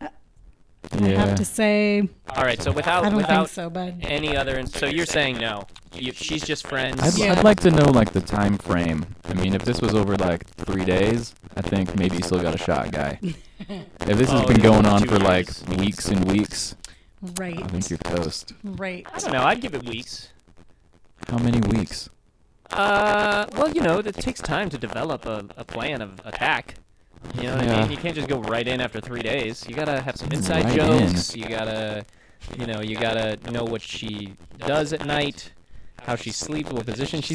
B: I have to say.
C: All right, so without
B: I don't
C: without
B: think so, bud.
C: any other, in- so you're saying no? You, she's just friends.
A: I'd,
B: Yeah.
A: I'd like to know like the time frame. I mean, if this was over like three days, I think maybe you still got a
B: [LAUGHS]
A: shot, guy. If this has
C: Oh,
A: been
C: yeah,
A: going on
C: two
A: for like
C: years.
A: weeks and weeks, I think
B: Right,
A: you're toast.
B: right.
C: I don't know. I'd give it weeks.
A: How many weeks?
C: Uh, well, you know, it takes time to develop a, a plan of attack. You know what I
A: Yeah.
C: mean? You can't just go right in after three days. You gotta have some inside
A: Right in.
C: jokes. You gotta, you know, you gotta know what she does at night, how she sleeps, what position she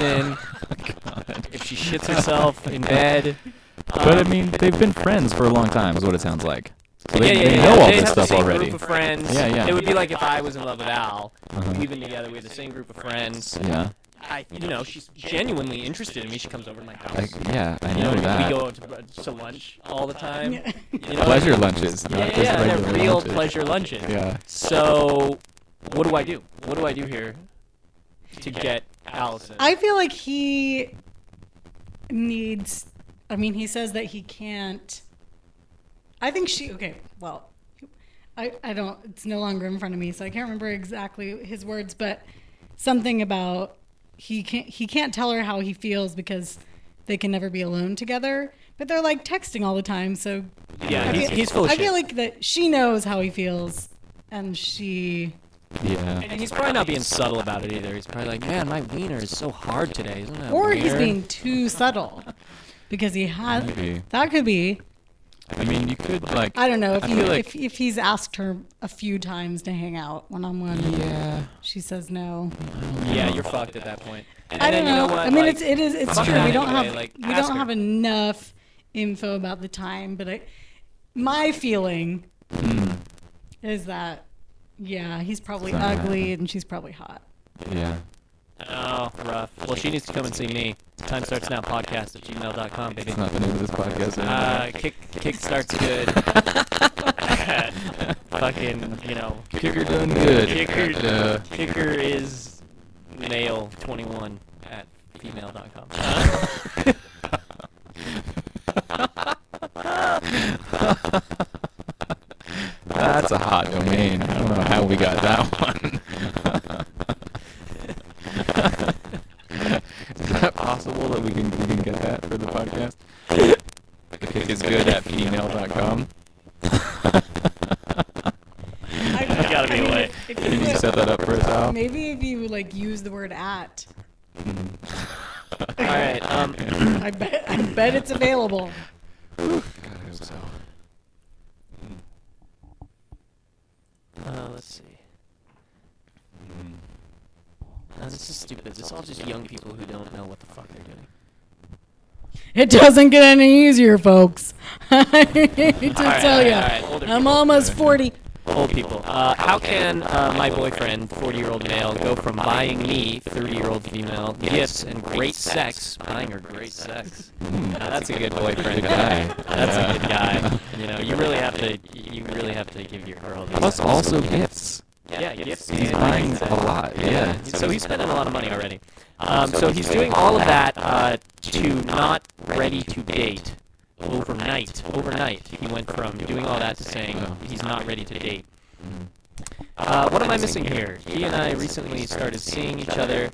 A: [LAUGHS]
C: in,
A: Oh
C: if she shits herself in bed.
A: But I
C: Um,
A: mean, they've been friends for a long time, is what it sounds like. So they,
C: yeah, yeah,
A: they
C: yeah,
A: know
C: yeah.
A: all
C: They'd
A: this
C: have the
A: stuff
C: same
A: already.
C: Group of friends.
A: Yeah, yeah.
C: It would be like if I was in love with Al.
A: Uh-huh.
C: We've been together. We had the same group of friends.
A: Yeah.
C: I, you know, she's genuinely interested in me. She comes over to my house.
A: I, yeah, I
C: you know,
A: know
C: we-
A: that.
C: we go to, br- to lunch all the
B: [LAUGHS]
C: time.
B: Yeah.
C: You
A: [LAUGHS]
C: know,
A: pleasure lunches,
C: Yeah,
A: not
C: yeah,
A: just
C: yeah, they're
A: regular
C: real
A: lunches.
C: pleasure lunches.
A: Yeah.
C: So, what do I do? What do I do here to get Allison?
B: I feel like he needs. I mean, he says that he can't. I think she. Okay, well, I, I don't. It's no longer in front of me, so I can't remember exactly his words, but something about he can't he can't tell her how he feels because they can never be alone together. But they're like texting all the time, so
C: yeah,
B: I
C: he's,
B: feel-
C: he's full of
B: I
C: shit.
B: feel like that she knows how he feels, and she.
A: Yeah.
C: and he's probably not being subtle about it either. He's probably like, man, my wiener is so hard today, isn't that
B: Or
C: weird?
B: he's being too subtle, because he has.
A: Maybe.
B: That could be.
A: I mean, you could like.
B: I don't know if
A: I
B: he,
A: feel like-
B: if, if he's asked her a few times to hang out one on one,
A: Yeah.
B: she says no.
C: Yeah, you're fucked at that point. And
B: I
C: then
B: don't
C: you know
B: know.
C: what?
B: I mean,
C: like,
B: it's it is it's
C: fuck
B: true.
C: that
B: We don't
C: anyway,
B: have
C: like,
B: we
C: ask
B: don't
C: her.
B: have enough info about the time, but I, my feeling
A: Hmm.
B: is that yeah, he's probably
A: Something
B: ugly and she's probably hot.
A: Yeah.
C: Oh, rough. Well, she needs to come and see me. Time starts now. Podcast at gmail.com, baby.
A: That's not the name of this podcast.
C: Uh, kick, kick [LAUGHS]
A: [LAUGHS]
C: starts good. Fucking, you know,
A: Kicker done good.
C: kicker,
A: Uh,
C: kicker is male twenty one at [LAUGHS] female.com.
A: [LAUGHS] That's a hot domain. I don't know how we got that one. [LAUGHS] Is that possible that we can, we can get that for the podcast? The kick is good at female.com.
B: I,
C: gotta be
B: I mean,
C: late.
B: if you
A: Can you
B: put- uh,
A: set that up for us, Al?
C: [LAUGHS]
B: maybe if you like use the word at,
C: All right. Um,
B: [LAUGHS] I bet I bet it's available.
A: God, I hope so.
C: uh, let's see. Uh, this is stupid. This is all just young people who don't know what the fuck they're doing.
B: It doesn't get any easier, folks. [LAUGHS]
C: [LAUGHS]
B: I hate to
C: All right, all
B: tell
C: right,
B: you,
C: all right, older
B: I'm
C: people.
B: almost 40.
C: Old people. Uh, how can uh, my boyfriend, 40 year old male, go from buying me, 30 year old female, gifts and great sex, buying her great sex? Now, that's a good boyfriend
A: Good
C: guy.
A: guy.
C: That's a good
A: Yeah.
C: guy. You know, you really have to, you really have to give your girl. these
A: Plus,
C: sex.
A: also gifts.
C: yeah, gifts.
A: He's
C: and
A: buying
C: sex.
A: a lot. Yeah.
C: So he's spending a lot of money already. Um, so he's doing all of that uh, to not ready to date overnight. Overnight, he went from doing all that to saying
A: Oh.
C: he's not ready to date. Uh, what am I missing here? He and I recently started seeing each other.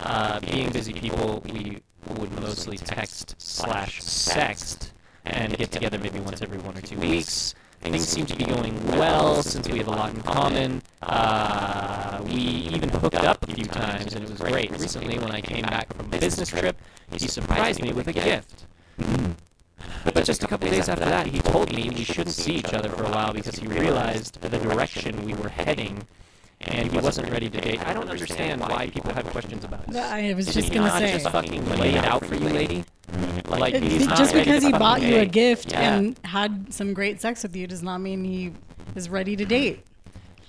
C: Uh, being busy people, we would mostly text slash sext and get together maybe once every one or two weeks. Things seem to be going well since we have a lot in common. Uh, we even hooked up a few times and it was great. Recently, when I came back from a business trip, he surprised me with a gift. But just a couple days after that, he told me we shouldn't see each other for a while because he realized the direction we were heading and he wasn't ready to date. I don't understand why people have questions about this.
B: I was
C: Did
B: just
C: he
B: gonna
C: not
B: say,
C: just fucking lay it out for you, lady? Like,
B: it-
C: he's
B: it-
C: not
B: just
C: ready
B: because
C: to
B: he bought
C: fucking
B: you a
C: date.
B: gift
C: Yeah.
B: and had some great sex with you does not mean he is ready to date.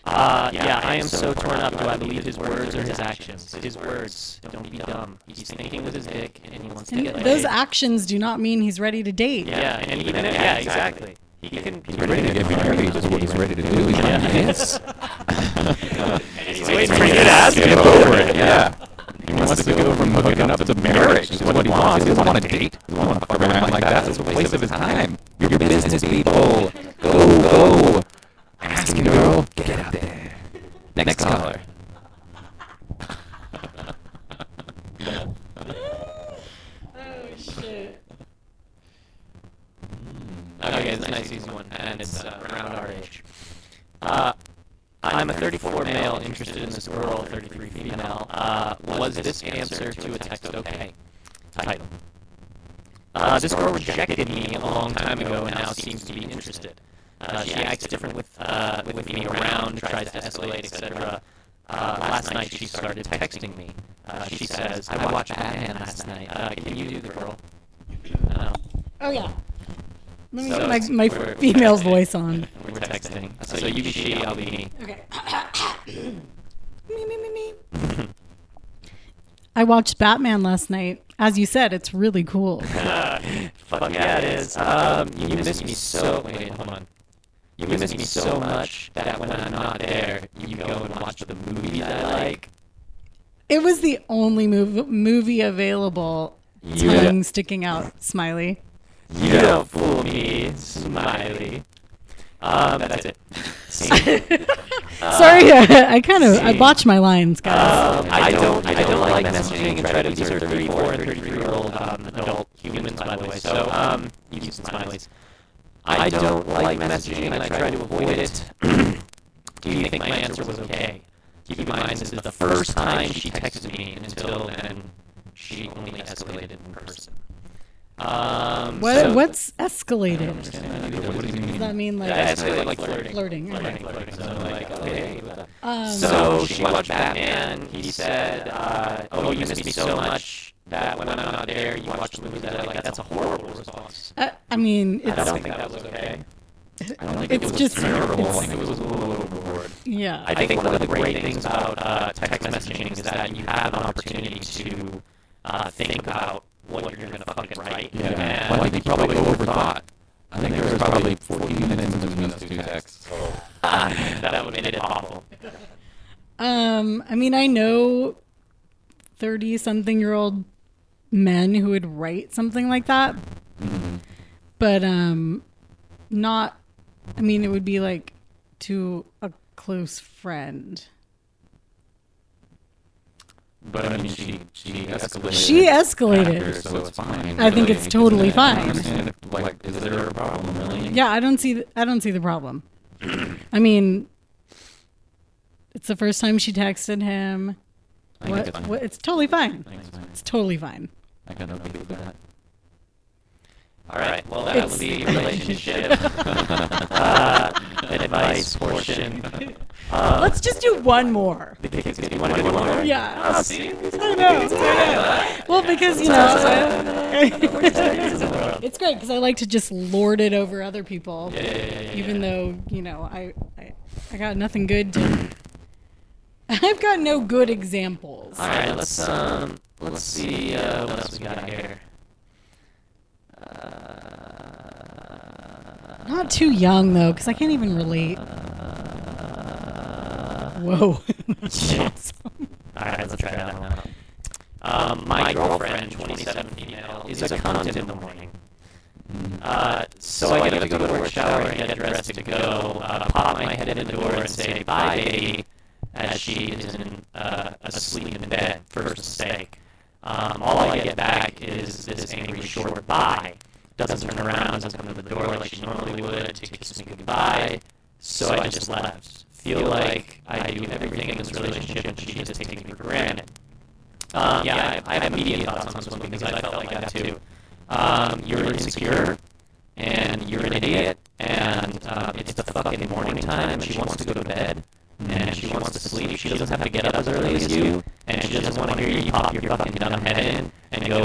C: Uh, yeah, I am so torn up. Do I believe his words or his actions? His words. Don't be dumb. He's thinking with his dick, and he wants to
B: And
C: get laid.
B: those actions do not mean he's ready to date.
C: yeah, and even if, yeah, exactly. He can. He's
A: Ready to get married is what he's ready to do. He's
C: Yeah.
A: like, yes.
C: [LAUGHS] He's waiting for you to ask him.
A: over it. Yeah. He wants to go from hooking up to marriage. Is what he wants. He doesn't want to date. He doesn't want to fuck around like that. It's a waste of his time. You're business people. Go, go. I'm asking girl. Get out there. Next caller. [LAUGHS]
B: Oh shit.
C: Hmm. Okay, it's a nice easy one, and it's uh, around our age. Uh, I'm a 34 male interested in this girl, 33 female. Uh, was this answer to a text okay? Title. [LAUGHS] Uh, this girl rejected me a long time ago and now seems to be interested. Uh, she acts different with uh, with me around, tries to escalate, etc. Uh, last night she started texting me. Uh, she says, "I watched Batman last night. Uh, can you do the girl?" No.
B: Oh yeah. [LAUGHS] Let me
C: So
B: get
C: it's-
B: my, my
C: we're-
B: female voice on.
C: We're texting. So you be she, I'll
B: [COUGHS]
C: be me.
B: Okay. me me me me. I watched Batman last night. As you said, it's really cool.
C: Fuck yeah, it is. Um, you, miss me so. Wait, hold on. You miss me so much that when I'm not there, you go and watch the movies I like.
B: It was the only mov- movie available.
C: You,
B: Tongue sticking out,
C: [LAUGHS]
B: smiley.
C: you don't fool me, smiley. Um, that's [LAUGHS] it. See,
B: Sorry, [LAUGHS] I kind of I
C: Uh, see.
B: watch my lines, guys.
C: um, I don't, I don't like messaging and try to. These are 34 and 33 year old um, adult humans, by the way. So um, you use smileys. I don't like messaging and I try to avoid it. [CLEARS THROAT] Do you think my answer was okay? Keep in mind, this is the first time she texted me, and until then, she only escalated in person. Um,
B: what
C: so-
B: what's escalated?
C: Understand that either. What does it mean?
B: Does that mean like
C: Yeah, escalated, like flirting.
B: flirting?
C: Flirting, flirting. So, like, okay. uh,
B: Um,
C: So she watched Batman. He said, uh, "Oh, you miss me so much that when I'm not there, you watch the movies that I like." That's a horrible response.
B: I, I mean,
C: I don't
B: it's
C: think that was okay. I don't think
B: It's
C: it was
B: just-
C: terrible.
B: it's-
C: I think it was a little overboard.
B: yeah.
C: I think one of the great things about uh, text messaging is that you have an opportunity to uh, think about what you're gonna fucking write.
A: Yeah.
C: And
A: Well, I think you probably overthought. I think there was probably 40 minutes between those two texts.
C: [LAUGHS] that would have made it awful.
B: Um, I mean, I know thirty-something-year-old men who would write something like that, but um, not. I mean, it would be like to a close friend.
A: But I mean, she she escalated.
B: She escalated.
A: after, so it's fine.
B: I think
A: really.
B: it's totally
A: I don't
B: fine.
A: understand if, Like, is there a problem really?
B: Yeah, I don't see. Th- I don't see the problem. I mean, it's the first time she texted him.
A: I think it's
B: What?
A: fine.
B: what it's totally fine.
A: I think it's fine.
B: It's totally fine.
A: I got no beef with that.
C: All right. Well, that
B: It's-
C: will be relationship
B: [LAUGHS]
C: uh, advice portion. Uh,
B: Let's just do one more.
C: the kids get one one more.
B: Yeah.
C: Oh, see?
B: I know. I know. Well, because you know, [LAUGHS] I-
C: Yeah,
B: it's great because I like to just lord it over other people,
C: yeah, yeah.
B: even though you know I, I I got nothing good to. [LAUGHS] I've got no good examples.
C: All right. Let's um. Let's see uh, what else we got here.
B: Not too young though, because I can't even relate.
C: uh,
B: Whoa. [LAUGHS]
C: All right. Let's try that one out. Um, my girlfriend, 27 female, is a cunt in the morning. Uh, so, I get up to go to work, shower, and get dressed to go, uh, pop my head in the door, and say bye, baby, as she is in, uh, asleep in bed, first mistake. Um, all I get back is this angry short bye. Doesn't turn around, doesn't come to the door like she normally would to kiss me goodbye. So I just left. Feel like I do everything in this relationship, and she just takes me for granted. Um, yeah, I, I have immediate thoughts on this one because I felt like that too. Um, you're insecure, and you're an idiot, and um, it's the fucking morning time, and she wants to go to bed, and she wants to sleep. She doesn't have to get up as early as you, and she doesn't want to hear you pop your fucking dumb head in
A: Um,
C: and go.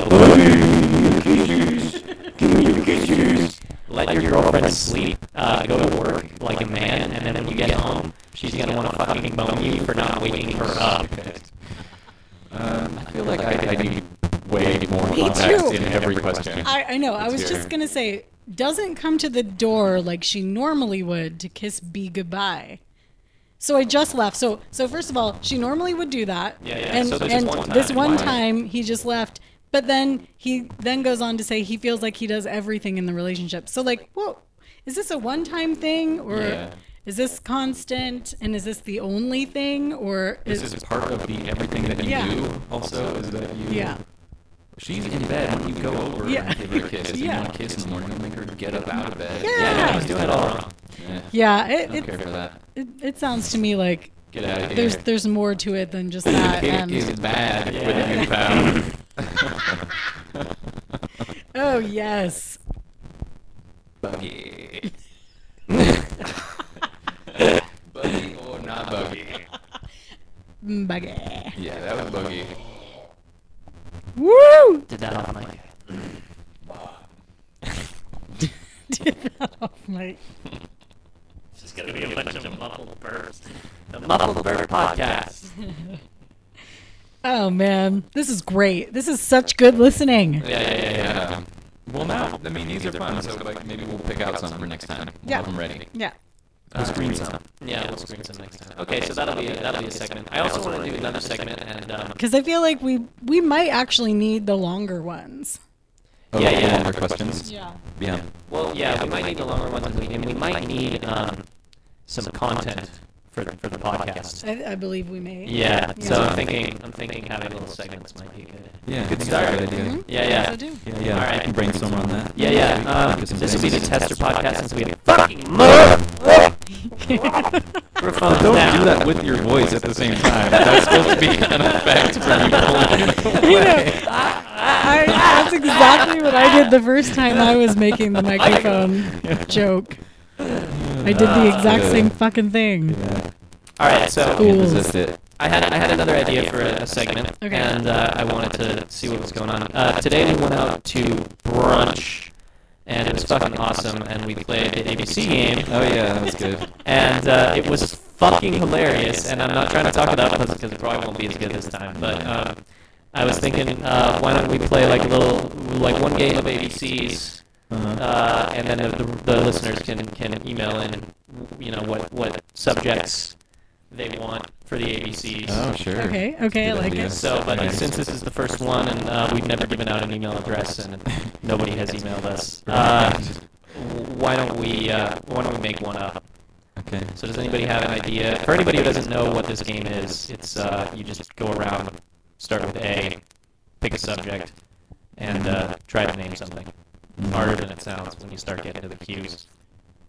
C: Let your girlfriend sleep, uh, go to work like a man, and then when you get home, she's gonna want to fucking bone you for not waking her up.
A: Um, I feel like I, I need way more
B: Me
A: context
B: too.
A: in every question.
B: I, I know. I was
A: Let's hear
B: just
A: it.
B: gonna say, doesn't come to the door like she normally would to kiss B goodbye. So I just left. So so first of all, she normally would do that.
C: Yeah, yeah.
B: And
C: So this
B: and
C: one
B: this
C: time.
B: one
A: Why?
B: time he just left. But then he then goes on to say he feels like he does everything in the relationship. So like, whoa, is this a one time thing or
A: Yeah.
B: is this constant and is this the only thing or
A: This is part of the everything that you
B: Yeah.
A: do. Also, is that you?
B: yeah.
A: She's in bed. Why don't you go over
B: Yeah.
A: and give her a kiss? You
B: Yeah.
A: want a kiss in the morning? Make her get up out of bed.
C: Yeah,
B: Yeah.
C: he's doing it all
B: [LAUGHS]
C: wrong.
A: Yeah.
B: Yeah,
A: I don't
B: it,
A: care
B: it,
A: for that.
B: it, it sounds to me like
A: Get out of here.
B: there's there's more to it than just that.
A: [LAUGHS]
B: um,
A: it is
B: And,
A: bad
C: Yeah.
A: with a new
B: [LAUGHS]
A: pound.
B: oh yes. [LAUGHS]
A: buggy. buggy or not buggy.
B: Buggy.
A: Yeah, that was buggy.
B: Woo! [LAUGHS]
C: Did that off mic.
B: Did that off my
C: It's just gonna be a bunch of muffled birds. The Muffled Bird Podcast.
B: Oh man, this is great. This is such good listening.
A: Yeah, yeah, yeah, yeah. Well, now, I mean, these are fun, so like maybe we'll pick out some for next time. We'll
B: Yeah.
A: have them ready.
B: Yeah.
A: We'll screen some.
C: Yeah, Uh, we'll screen some next time. Okay, so that'll be that'll be a segment. I also want to do another segment, and um,
B: Cuz I feel like we we might actually need the longer ones.
A: Oh,
C: Yeah,
A: yeah,
C: yeah.
A: yeah. More questions.
B: Yeah.
A: Yeah.
C: well, yeah, we might need the longer ones, and we, and we might need um, some content for the, for the podcast.
B: I, I believe we may.
C: Yeah,
B: Yeah.
C: so I'm thinking I'm thinking having little segments might be good.
A: Yeah. Good start. Good idea.
B: Mhm.
C: Yeah,
B: I
C: yeah.
B: guess I do.
A: Yeah, Um, yeah. I
C: All right.
A: can brainstorm on that.
C: Yeah, yeah. Uh,
A: Think of some
C: this will be the
A: things.
C: tester podcast since we have fucking microphones
A: Don't
C: down.
A: do that with your voice at the same [LAUGHS] time. That's supposed to be an effect for you
B: [LAUGHS]
A: pulling
B: You know,
A: [LAUGHS] it away.
B: I, I, that's exactly what I did the first time I was making the microphone joke. I did the exact same fucking thing.
A: Yeah.
C: All right, so
A: Can't
B: Cool.
A: resist it.
C: I had I had another idea for a, a segment,
B: Okay.
C: and uh, I wanted to see what was going on. Uh, today we went out to brunch, and it was fucking awesome. And we played the ABC game.
A: Oh yeah, that was good.
C: and uh, it was fucking hilarious. And I'm not trying to talk about it because it probably won't be as good this time. But um, I was thinking, uh, why don't we play like a little, like one game of ABCs,
A: Uh-huh.
C: uh, and then the, the, the listeners can can email in, you know, what what subjects they want for the ABCs.
A: Oh sure.
B: Okay, okay, I
A: Good
B: like
A: idea.
B: it.
C: So, but
A: Nice.
C: since this is the first one, and uh, we've never given out an email address, and nobody has emailed
A: [LAUGHS]
C: us, uh, why don't we uh, why don't we make one up?
A: Okay.
C: So does anybody have an idea? For anybody who doesn't know what this game is, it's uh, you just go around, start with A, pick a subject, and uh, try to name something. Harder than it sounds when you start getting to the cues.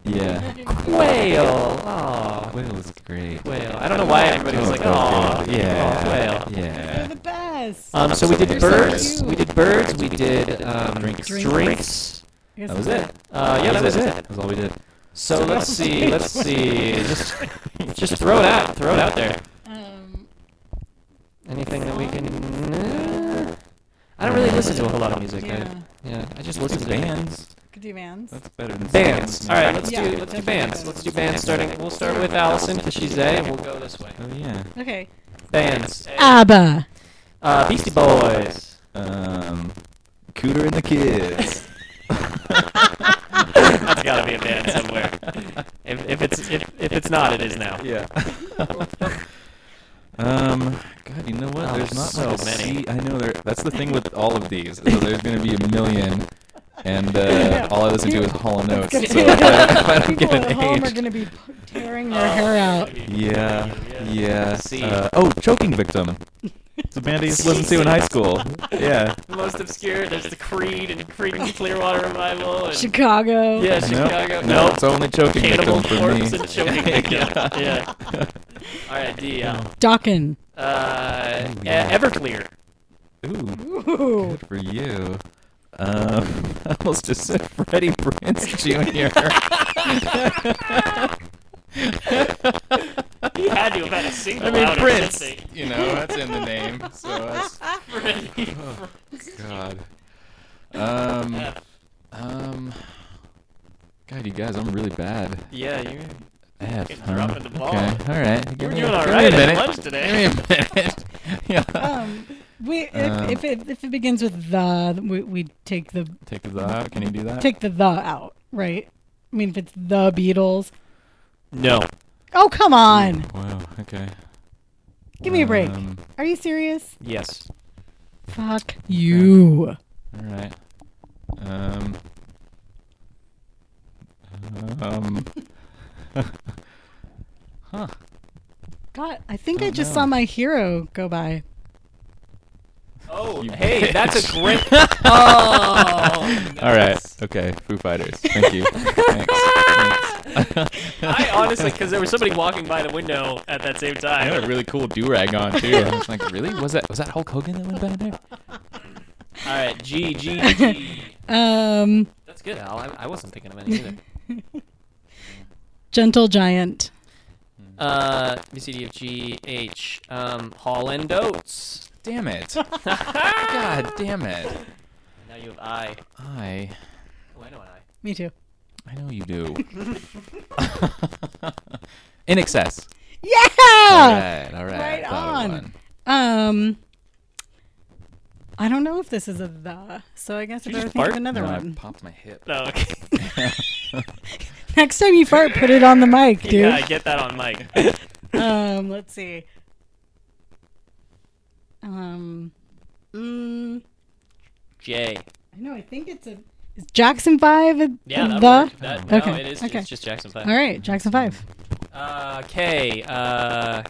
A: Yeah.
C: Quail. Oh,
A: Whale is great.
C: quail. I don't know why everybody was like, oh,
A: yeah,
C: quail.
B: You're
A: yeah.
B: the best.
C: Um, so we did
B: You're so
C: birds.
B: cute.
C: We did birds. We did um,
A: Drinks.
C: Drinks.
B: I guess
A: That was
B: that's
A: it.
C: Uh, yeah, that was it.
A: That was all we did.
C: So let's see. Let's
A: [LAUGHS]
C: see. Just, just throw it out. Throw it out there.
B: Um,
C: Anything that we can. Uh, I don't really listen to a whole lot of music.
B: yeah.
C: I, yeah, I just
A: What's
C: listen
A: in
C: to
A: bands?
B: Could do bands.
A: That's better than
C: Bands. All right, let's
B: Yeah,
C: do let's do
B: definitely
C: bands.
B: bands.
C: Let's do bands. Starting. We'll start with Allison because she's A, and we'll go this way.
A: Oh yeah.
B: Okay.
C: Bands. A.
B: ABBA.
C: Uh, Beastie Boys.
A: Um, Cooter and the Kids.
C: [LAUGHS] That's gotta be a band somewhere.
A: [LAUGHS]
C: If, if it's if, if it's not, it is now. [LAUGHS]
A: Yeah. um. God, you know what?
C: Oh,
A: there's not
C: so
A: like a
C: many.
A: sea- I know there. That's the thing with all of these. So there's gonna be a million, and uh,
B: Yeah.
A: all I listen to is Hall and Notes.
B: That's
A: So
B: good. [LAUGHS]
A: if I,
D: [LAUGHS]
A: if I
B: People
A: don't get an
B: at home are
A: age-
B: going to be p- tearing their hair out.
A: Yeah. Yeah.
C: See.
A: Uh, oh, choking victim. It's a band I used to listen to in high school. Yeah.
C: The most obscure. There's the Creed and Creed and Clearwater Revival. And
B: Chicago.
C: Yeah,
A: No,
C: Chicago.
A: No,
C: No.
A: it's only choking
C: Cannibal
A: victim for me.
C: Corpse
A: [LAUGHS]
C: and Choking Victim.
A: yeah.
C: All right, D. Al.
B: Dokken.
C: Uh, E- Everclear.
A: [LAUGHS] Ooh,
B: Ooh.
A: good for you. Um,
D: [LAUGHS]
A: I almost just said Freddie Prince Jr.
C: He had to have had a single
A: I mean,
C: out of
A: Prince.
C: something.
D: You know, that's in the name. So
C: [LAUGHS]
D: that's
C: Freddie.
D: God. Um, um. God, you guys, I'm really bad.
C: Yeah, you.
D: F,
C: Fucking
D: huh?
C: dropping the ball.
D: Okay, all right. Give
C: We're
D: me,
C: doing all
D: give me
C: right at
D: a minute.
C: lunch today.
D: Give me a minute. [LAUGHS] yeah.
B: Um, we if,
D: Uh.
A: Um,
B: if it if it begins with the, then we we take the
D: Take the out. Can you do that?
B: take the the out, right? I mean, if it's the Beatles.
C: No.
B: Oh come on!
A: wow. Okay.
B: Give me a break.
A: Um,
B: Are you serious?
C: Yes.
B: Fuck you.
A: all right. Um.
C: [LAUGHS]
A: Um. huh.
B: God, I think I
A: Don't
B: just
A: know.
B: saw my hero go by.
C: Oh,
A: You
C: hey,
A: bitch.
C: that's a [LAUGHS] great. Oh.
A: All right.
C: nice.
A: Okay. Foo Fighters. Thank
C: [LAUGHS]
A: you.
B: [LAUGHS]
A: Thanks. Thanks.
C: [LAUGHS] I honestly, because there was somebody walking by the window at that same
D: [LAUGHS] I had
C: time.
D: a really cool do rag on too. I was like, really? Was that was that Hulk Hogan that went back there?
C: All right, G G G.
B: Um,
C: That's good, Al. I, I wasn't thinking of any either.
B: gentle giant.
C: Uh, B C D F G H. Um, Holland Oats. [LAUGHS]
D: Damn it! God damn it!
C: Now you have I.
D: I
C: Oh, I know an I.
B: Me too.
D: I know you do. [LAUGHS] In excess.
B: Yeah.
D: all right,
C: Ah.
D: all right. I
B: Right
D: thought
B: on.
D: of one.
B: Um, I don't know if this is a the, so I guess I
D: you
B: better
D: just
B: think of
D: fart?
B: another
A: No, I
B: one.
A: popped my
D: [LAUGHS]
A: hip.
D: No,
C: [LAUGHS]
D: okay.
B: [LAUGHS] Next time you fart, put it on the mic, dude.
D: [LAUGHS] Yeah, I get that on mic.
B: um, let's see. Um, mm,
C: J.
B: I know. I think it's a is Jackson Five. A,
D: Yeah,
B: a
D: that
B: the.
D: worked. That, no,
B: Okay,
D: it is
B: okay.
D: it's just Jackson 5.
B: All right, Jackson Five.
D: Uh, K. Uh,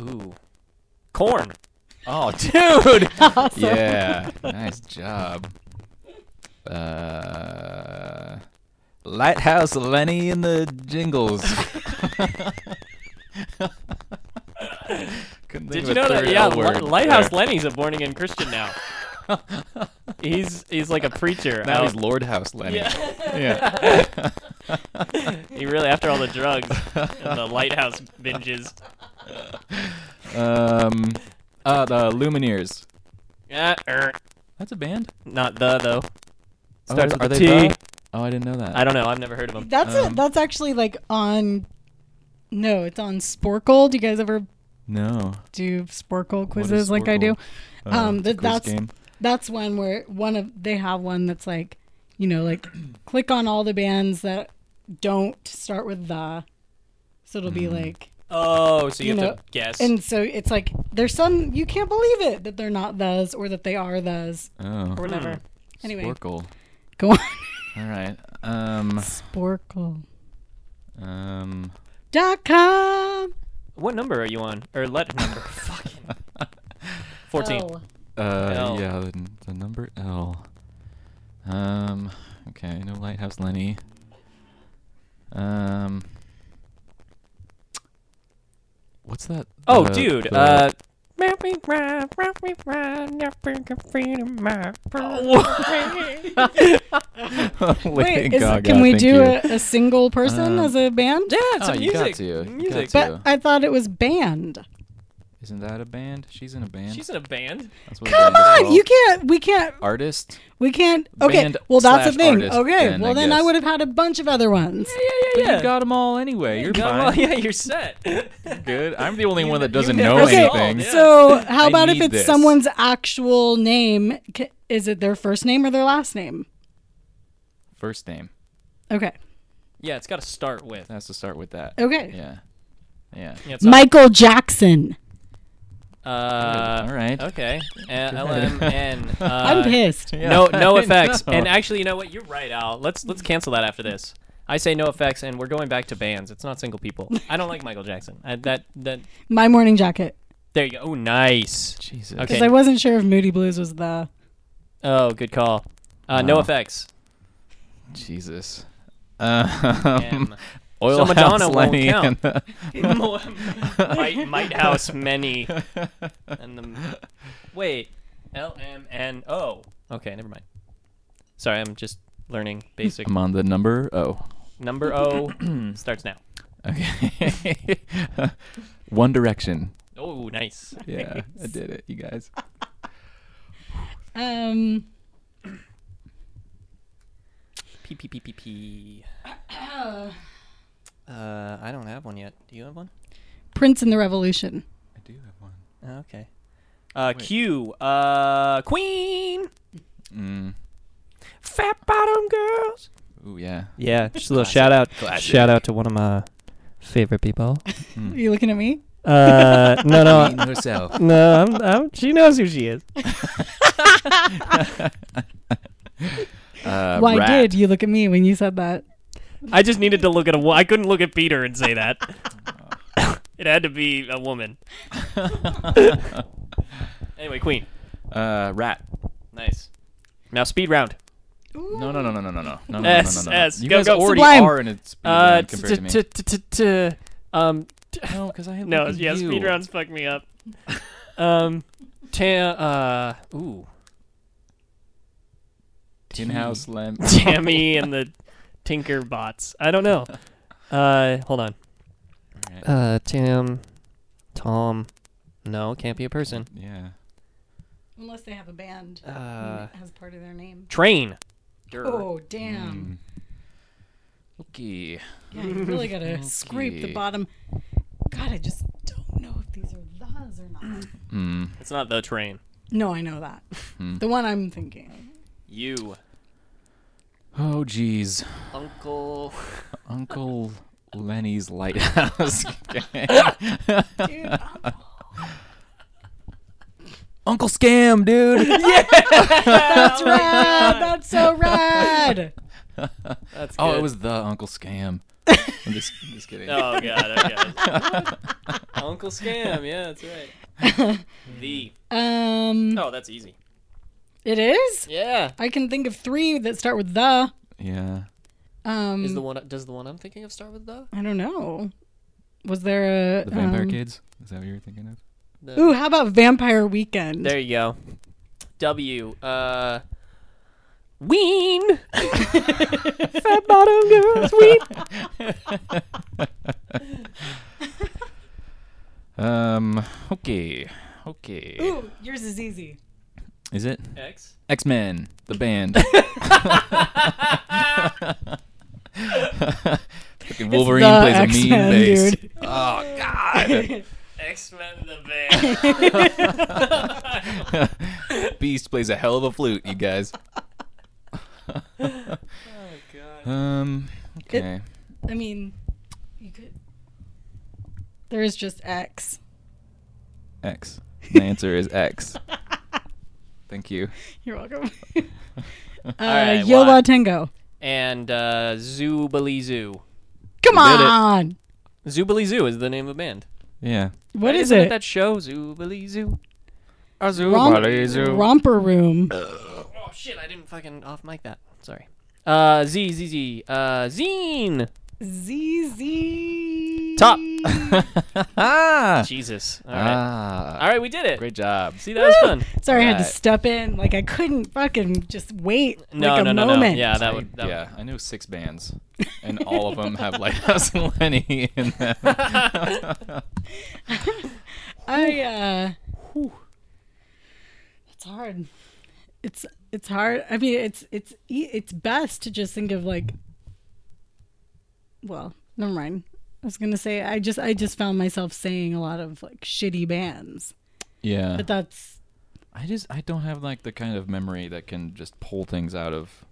D: ooh. Corn.
A: Oh, dude.
B: Awesome.
D: [LAUGHS]
A: yeah. Nice job. Uh, Lighthouse Lenny and the
D: [LAUGHS]
A: Jingles. Couldn't think
D: Did
A: of
D: you
A: a
D: know that?
A: third
D: Yeah,
A: L word
D: Li- Lighthouse
A: there.
D: Lenny's a born again Christian [LAUGHS] now. he's he's like a preacher.
A: Now
D: out-
A: he's Lord House Lenny.
D: Yeah.
A: [LAUGHS] Yeah.
D: [LAUGHS] he really after all the drugs and the lighthouse binges.
A: um, uh, the Lumineers.
D: Yeah, er,
A: That's a band.
D: not the though.
A: Oh,
D: Starts
A: are
D: with
A: they
D: a T.
A: the- Oh, I didn't know that.
D: I don't know. I've never heard of him.
B: That's
A: Um,
B: a, that's actually like on. No, it's on Sporkle. Do you guys ever
A: no.
B: do Sporkle
A: What is
B: quizzes like I do?
A: Sporkle? Oh,
B: Um,
A: it's a
B: th-
A: quiz
B: that's-
A: game.
B: That's one where one of they have one that's like, you know,
A: [CLEARS THROAT]
B: like click on all the bands that don't start with the. So it'll
A: Mm.
B: be like,
D: Oh, so you,
B: You
D: have
B: know,
D: to guess.
B: and so it's like there's some you can't believe it that they're not those or that they are those
A: Oh,
B: or whatever. Anyway,
A: Sporkle.
B: go on.
A: All right. Um,
B: Sporkle.
A: um, [LAUGHS]
B: Dot com.
D: what number are you on? Or letter
B: [LAUGHS]
D: number? [LAUGHS] Fucking fourteen.
B: Oh,
A: uh,
D: L.
A: yeah, the, n- the number L. Um, okay, no Lighthouse Lenny. Um, what's that?
D: Oh,
A: the-
D: dude.
A: the-
D: Uh,
A: [LAUGHS]
D: [LAUGHS]
A: Lady
B: Wait, is,
A: Gaga,
B: can we
A: thank
B: do
A: you.
B: a, a single person
A: Um,
B: as a band?
D: yeah, it's
A: Oh,
D: a music.
A: you got to. You got
D: music.
A: to.
B: But I thought it was band.
A: Isn't that a band? She's in a band.
D: She's in a band.
A: That's what a
B: Come
A: band is
B: on,
A: called.
B: you can't. We can't.
A: Artist.
B: We can't. Okay.
A: Band
B: well, that's
A: slash
B: the thing.
A: artist,
B: okay.
A: then,
B: well,
A: I
B: then I
A: guess.
B: would have had a bunch of other ones.
A: But You got them all anyway. You're
D: Come
A: fine. [LAUGHS]
D: on, yeah, you're set.
A: Good. I'm the only one that
D: you
A: doesn't
D: never
A: know
B: saw it.
A: anything.
D: Yeah.
B: So,
A: I
B: how about if
A: need
B: it's
A: this.
B: someone's actual name? C- Is it their first name or their last name?
A: First name.
B: Okay.
D: [LAUGHS] yeah, it's got to start with.
A: That's to start with that.
B: Okay.
A: Yeah. Yeah.
D: Yeah, it's
B: Michael Jackson.
D: Uh,
A: All right.
D: Okay. Uh, LMN. Uh,
B: I'm pissed.
A: Yeah.
D: No, no
A: I
D: effects. And
A: know.
D: actually, you know what? You're right, Al. Let's let's cancel that after this. I say no effects, and we're going back to bands. It's not single people. I don't like Michael Jackson. I, that that.
B: My morning jacket.
D: There you go. Oh, nice.
A: Jesus.
D: Okay.
B: Because I wasn't sure if Moody Blues was the.
D: Oh, good call. Uh, No
A: Wow.
D: effects.
A: Jesus. Um,
D: M.
A: oil
D: So
A: House
D: Madonna won't
A: Lenny
D: count.
A: and uh,
D: [LAUGHS]
A: the-
D: [LAUGHS] might might house many. And the wait, L M N O. Okay, never mind. Sorry, I'm just
A: [CLEARS THROAT]
D: learning basic.
A: [LAUGHS] I'm on the number. Oh. [CLEARS THROAT]
D: Number O starts now.
A: Okay. [LAUGHS] One Direction.
D: Oh, nice.
A: Yeah, I did it, you
D: [LAUGHS]
A: guys.
B: Um.
D: P P P P P. Uh, I don't have one yet. Do you have one?
B: Prince and the Revolution.
A: I do have one.
D: Oh, Okay. Uh,
A: Wait.
D: Q. Uh, Queen.
A: Mm.
D: Fat bottom girls.
A: Ooh, yeah.
D: Yeah, just a little shout out.
A: Classic.
D: Shout out to one of my favorite [LAUGHS] people.
B: Are
A: Hmm.
B: [LAUGHS] you looking at me?
D: Uh, no,
A: Queen herself.
D: no. I'm, I'm, she knows who she is.
A: [LAUGHS] Uh,
B: Why
A: Rat.
B: did you look at me when you said that?
D: I just needed to look at a. wo- I couldn't look at Peter and say [LAUGHS] that. it had to be a woman. Anyway, Queen.
A: [LAUGHS] uh, Rat.
D: Nice. Now speed round.
A: No, no, no, no, no, no, no, no, no,
D: S,
A: no, no, no.
D: S,
A: You
D: go,
A: guys
D: go.
A: already
B: Sublime.
A: are in a speed
D: Uh,
A: round compared to me.
D: t- t- t- t- um,
A: no, because I have
D: no,
A: look at
D: yeah,
A: you.
D: speed rounds fuck me up. um, ta- uh,
A: [LAUGHS]
D: ooh,
A: Tin House Lamp.
D: Tammy and the Tinker Bots. I don't know. Uh, hold on.
A: Alright.
D: Uh, Tam, Tom. No, can't be a person.
A: Yeah.
B: Unless they have a band
D: Uh,
B: as part of their name.
D: train.
B: Oh
A: Hmm.
B: damn!
A: Okay.
B: Yeah, you really gotta
A: [LAUGHS]
B: scrape the
A: Hmm. Okay.
B: bottom. God, I just don't know if these are thes or not.
A: Mm.
D: It's not the train.
B: No, I know that.
A: Hmm.
B: The one I'm thinking.
A: [LAUGHS]
B: of.
D: You,
A: Oh, geez.
D: Uncle.
A: Uncle Lenny's
D: [LAUGHS]
A: Lighthouse.
B: Dude,
A: Uncle Scam,
D: [LAUGHS]
A: dude.
B: that's rad. That's so rad.
D: That's
A: oh, it
D: good.
A: was the Uncle Scam. I'm just, I'm just kidding.
D: [LAUGHS] Oh god, okay. [LAUGHS] Uncle Scam, yeah, that's right.
B: [LAUGHS]
D: the
B: Um,
D: Oh, that's easy.
B: it is.
D: Yeah.
B: I can think of three that start with the.
A: Yeah.
B: Um,
D: Is the one does the one I'm thinking of start with the?
B: I don't know. Was there a
A: The Vampire
B: um,
A: Kids? Is that what you were thinking of?
D: the
B: Ooh, how about Vampire Weekend?
D: There you go. W uh Ween [LAUGHS] Fat bottom girls ween [LAUGHS]
A: Um, okay. Okay.
B: [LAUGHS] Ooh, yours is easy.
A: Is it?
D: X
A: X Men,
B: [LAUGHS]
A: the band. Fucking Wolverine
B: the
A: plays a mean
B: X-Men,
A: bass.
B: dude.
A: Oh God!
D: X Men the
B: [LAUGHS]
D: Oh, band.
A: Oh, [LAUGHS] Beast plays a hell of a flute,
B: [LAUGHS]
A: you guys.
D: Oh god.
A: Um. Okay.
B: I mean, you could. There is just X.
A: X. The answer is X. Thank you.
B: You're
D: [LAUGHS]
B: welcome. uh,
D: right,
B: Yola
D: why?
B: Tango.
D: And uh Zoobily Zoo.
B: Come
A: You did it.
B: on.
D: Zoobily Zoo is the name of the band.
A: Yeah.
B: What is
D: Isn't
B: it?
D: that show? Zoobily Zoo.
B: Romp-
A: zoo.
B: romper room.
D: Oh shit, I didn't fucking off mic that. Sorry. Uh Z Z Z. Uh Zine.
B: ZZ. [LAUGHS]
D: Top.
A: [LAUGHS] ah.
D: Jesus. All right. All
A: Ah.
D: right, we did it.
A: Great job.
D: See, that was fun.
B: Sorry, I had to
A: Right.
B: step in. Like I couldn't fucking just wait.
D: No,
B: like
D: no,
B: a
D: no,
B: moment.
D: no. Yeah, that would. That
A: yeah, I know six bands, and all of them have Lighthouse and Lenny in them.
D: [LAUGHS]
B: I. uh It's hard. It's it's hard. I mean, it's it's e- it's best to just think of like. Well, never mind. I was gonna say I just I just found myself saying a lot of like shitty bands,
A: yeah,
B: but that's
A: I just I don't have like the kind of memory that can just pull things out of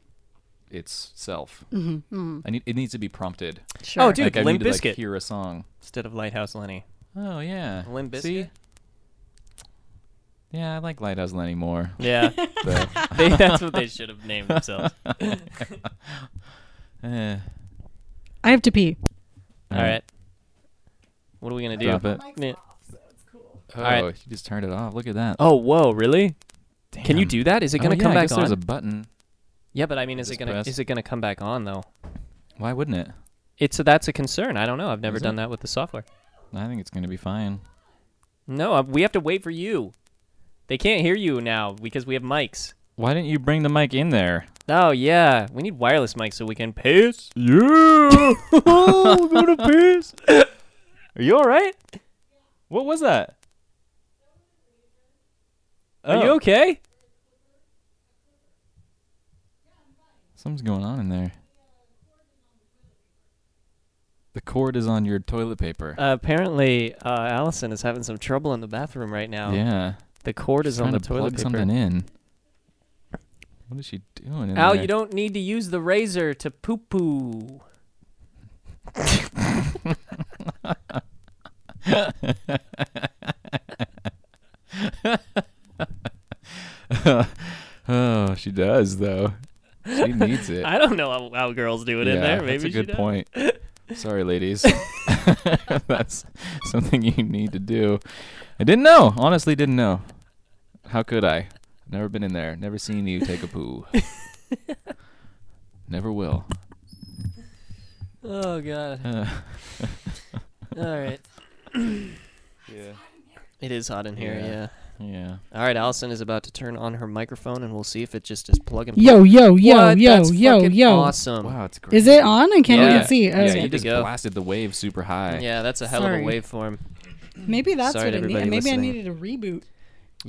A: itself. Mm-hmm, I need it needs to be prompted.
B: sure.
D: Oh, dude.
A: like, I
D: Limp
A: need to
D: Bizkit.
A: like hear a song.
D: Instead of Lighthouse Lenny.
A: Oh yeah,
D: Limp
A: See?
D: Bizkit?
A: Yeah, I like Lighthouse Lenny more.
B: [LAUGHS]
D: Yeah,
A: But,
D: [LAUGHS] they, that's what they should have
A: [LAUGHS]
D: named themselves.
A: eh,
B: I have to pee.
D: All right. What are we gonna do?
A: Drop it.
D: Yeah.
A: Oh,
D: right.
A: you just turned it off. Look at that.
D: Oh, whoa, really? Can you
A: Damn.
D: do that? Is it
A: Oh,
D: gonna
A: yeah,
D: come
A: I
D: back
A: guess
D: on?
A: There's a button.
D: Yeah, but I mean, is it
A: Just
D: gonna
A: press.
D: is it gonna come back on though?
A: Why wouldn't it?
D: It's a, that's a concern. I don't know. I've never
A: Is it?
D: done that with the software.
A: I think it's gonna be fine.
D: No, uh, we have to wait for you. They can't hear you now because we have mics.
A: Why didn't you bring the mic in there?
D: Oh yeah, we need wireless mics so we can piss. [LAUGHS]
A: Yeah.
D: I'm gonna piss. Are you all right?
A: What was that?
D: Are you
A: Oh.
D: okay?
A: Something's going on in there. The cord is on your toilet paper.
D: Uh, apparently, uh, Allison is having some trouble in the bathroom right now.
A: yeah.
D: The cord is Oh, on
A: Trying
D: the
A: to
D: toilet
A: plug
D: paper.
A: something in. What is she doing in
D: Al,
A: there?
D: you don't need to use the razor to poo poo.
A: [LAUGHS] Oh, she does though. She needs
D: [LAUGHS]
A: it.
D: I don't know how, how girls do it in
A: Yeah,
D: there. Maybe
A: that's a
D: she
A: good
D: does. [LAUGHS]
A: point. Sorry, ladies. [LAUGHS] that's something you need to do. I didn't know. Honestly, didn't know. How could I? Never been in there. Never seen you take a
D: [LAUGHS]
A: poo. Never will. [LAUGHS]
D: Oh god.
A: Uh,
D: All right. It is hot in here. Yeah.
A: Yeah. yeah.
D: All right. Allison is about to turn on her microphone, and we'll see if it just is plug and play.
B: Yo, yo, yo,
D: What?
B: yo,
D: That's
B: yo,
D: fucking
B: yo.
D: Awesome.
A: Wow, it's great.
B: Is it on? I can't
D: Yeah.
B: even see.
A: Yeah,
B: Okay.
A: you
D: Good to
A: just
D: go.
A: blasted the wave super high.
D: Yeah, that's a hell
B: Sorry.
D: of a waveform.
B: Maybe that's
D: Sorry
B: what
D: to
B: I needed.
D: everybody
B: Maybe I
D: listening.
B: needed a reboot.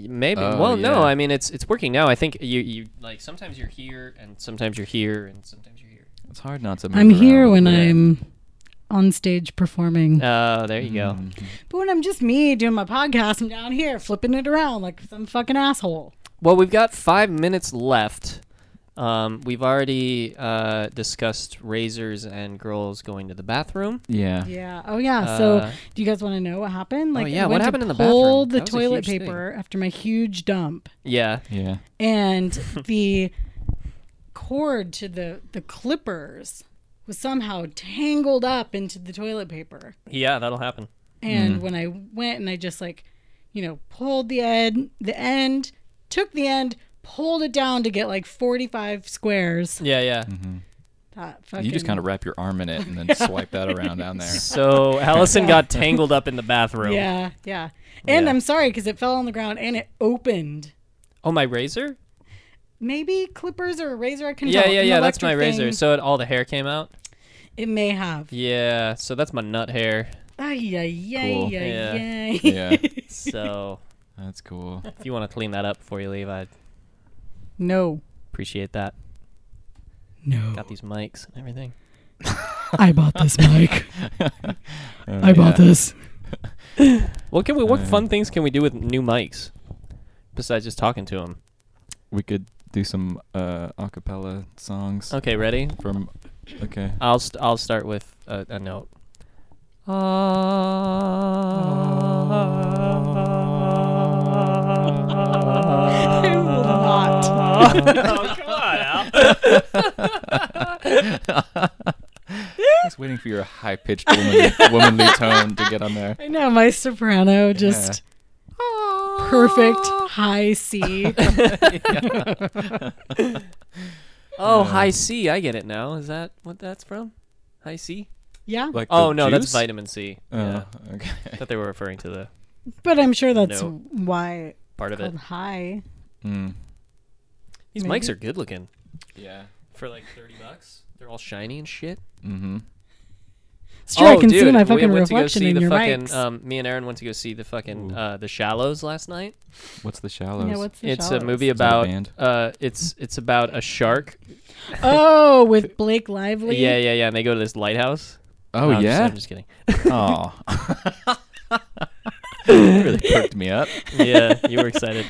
D: Y- Maybe.
A: Oh,
D: well, no.
A: yeah.
D: I mean, it's it's working now. I think you you like sometimes you're here, and sometimes you're here, and sometimes you're here.
A: It's hard not to. Move
B: I'm here
A: around.
B: when
A: Yeah.
B: I'm on stage performing.
D: Oh, there you go.
A: Mm-hmm.
B: But when I'm just me doing my podcast, I'm down here flipping it around like some fucking asshole.
D: Well, we've got five minutes left. Um, we've already uh, discussed razors and girls going to the bathroom.
A: Yeah.
B: Yeah. Oh yeah. so
D: Uh, oh,
B: do you guys want to know what happened? Like,
D: yeah,
B: I
D: what
B: went to
D: happened in the
B: pull
D: bathroom?
B: the
D: That was a
B: toilet
D: huge
B: paper after my huge dump,
D: Yeah.
A: Yeah.
D: [LAUGHS]
B: and the cord to the the clippers was somehow tangled up into the toilet paper.
D: Yeah, that'll happen.
B: And
D: Mm-hmm.
B: when I went and I just like, you know, pulled the end, the end, took the end, pulled it down to get like 45 squares.
D: Yeah, yeah.
A: Mm-hmm.
B: That fucking,
A: You just kind of wrap your arm in it and
B: [LAUGHS]
A: then swipe that around down there.
D: [LAUGHS] So Allison got tangled up in the bathroom.
B: Yeah, yeah. And
D: Yeah.
B: I'm sorry because it fell on the ground and it opened.
D: Oh, my razor?
B: Maybe clippers or a razor. I can
D: Yeah,
B: tell.
D: yeah,
B: An
D: yeah. That's my
B: electric
D: razor.
B: thing.
D: So it, all the hair came out.
B: It may have.
D: Yeah. So that's my nut hair.
B: Ay, ay, ay,
A: Cool.
B: ay, ay.
A: Yeah.
D: So
A: That's cool.
D: if you want to clean that up before you leave, I'd
B: [LAUGHS] No,
D: appreciate that.
B: no.
D: Got these mics and everything.
B: I bought this
D: [LAUGHS]
B: mic.
D: Oh,
B: I
A: bought
B: this.
D: What can we?
A: Uh,
D: What fun things can we do with new mics? Besides just talking to them.
A: We could do some uh, acapella songs
D: Okay, ready?
A: from. Okay.
D: I'll st- I'll start with a, a note.
B: [LAUGHS]
D: Ah.
A: [LAUGHS]
B: I will not.
D: oh come on, Al.
A: Just waiting for your high pitched [LAUGHS] womanly, womanly tone to get on there.
B: I know my soprano just perfect high
D: [LAUGHS]
B: C.
A: Uh.
D: Oh, high C. I get it now. Is that what that's from? High C.
B: yeah,
A: Like the
D: Oh no, that's
A: juice?
D: vitamin C. yeah,
A: Oh,
D: I
A: okay.
D: thought they were referring to the
B: but I'm sure that's
D: No.
B: why
D: part of
B: it's
D: it.
B: called high.
A: Mm.
D: These
B: Maybe.
D: mics are good looking
A: Yeah.
D: for like thirty bucks. They're all shiny and shit.
A: Mm-hmm.
B: It's true. I
D: Oh,
B: can see
D: dude,
B: my
D: we
B: fucking
D: went to go
B: reflection
D: see
B: in
D: the
B: your
D: fucking,
B: mics.
D: Um, me and Aaron went to go see the fucking uh, the Shallows last night.
A: What's the shallows?
B: yeah, what's the
D: it's
B: shallows?
D: a movie
A: Is that a
D: about
A: band?
D: uh, it's it's about a shark.
B: [LAUGHS] Oh, with Blake Lively.
D: Yeah, yeah, yeah. And they go to this lighthouse.
A: oh
D: No, I'm just-
A: yeah.
D: I'm just kidding. [LAUGHS]
A: Oh. really perked me up.
D: yeah, you
B: [LAUGHS]
D: were excited.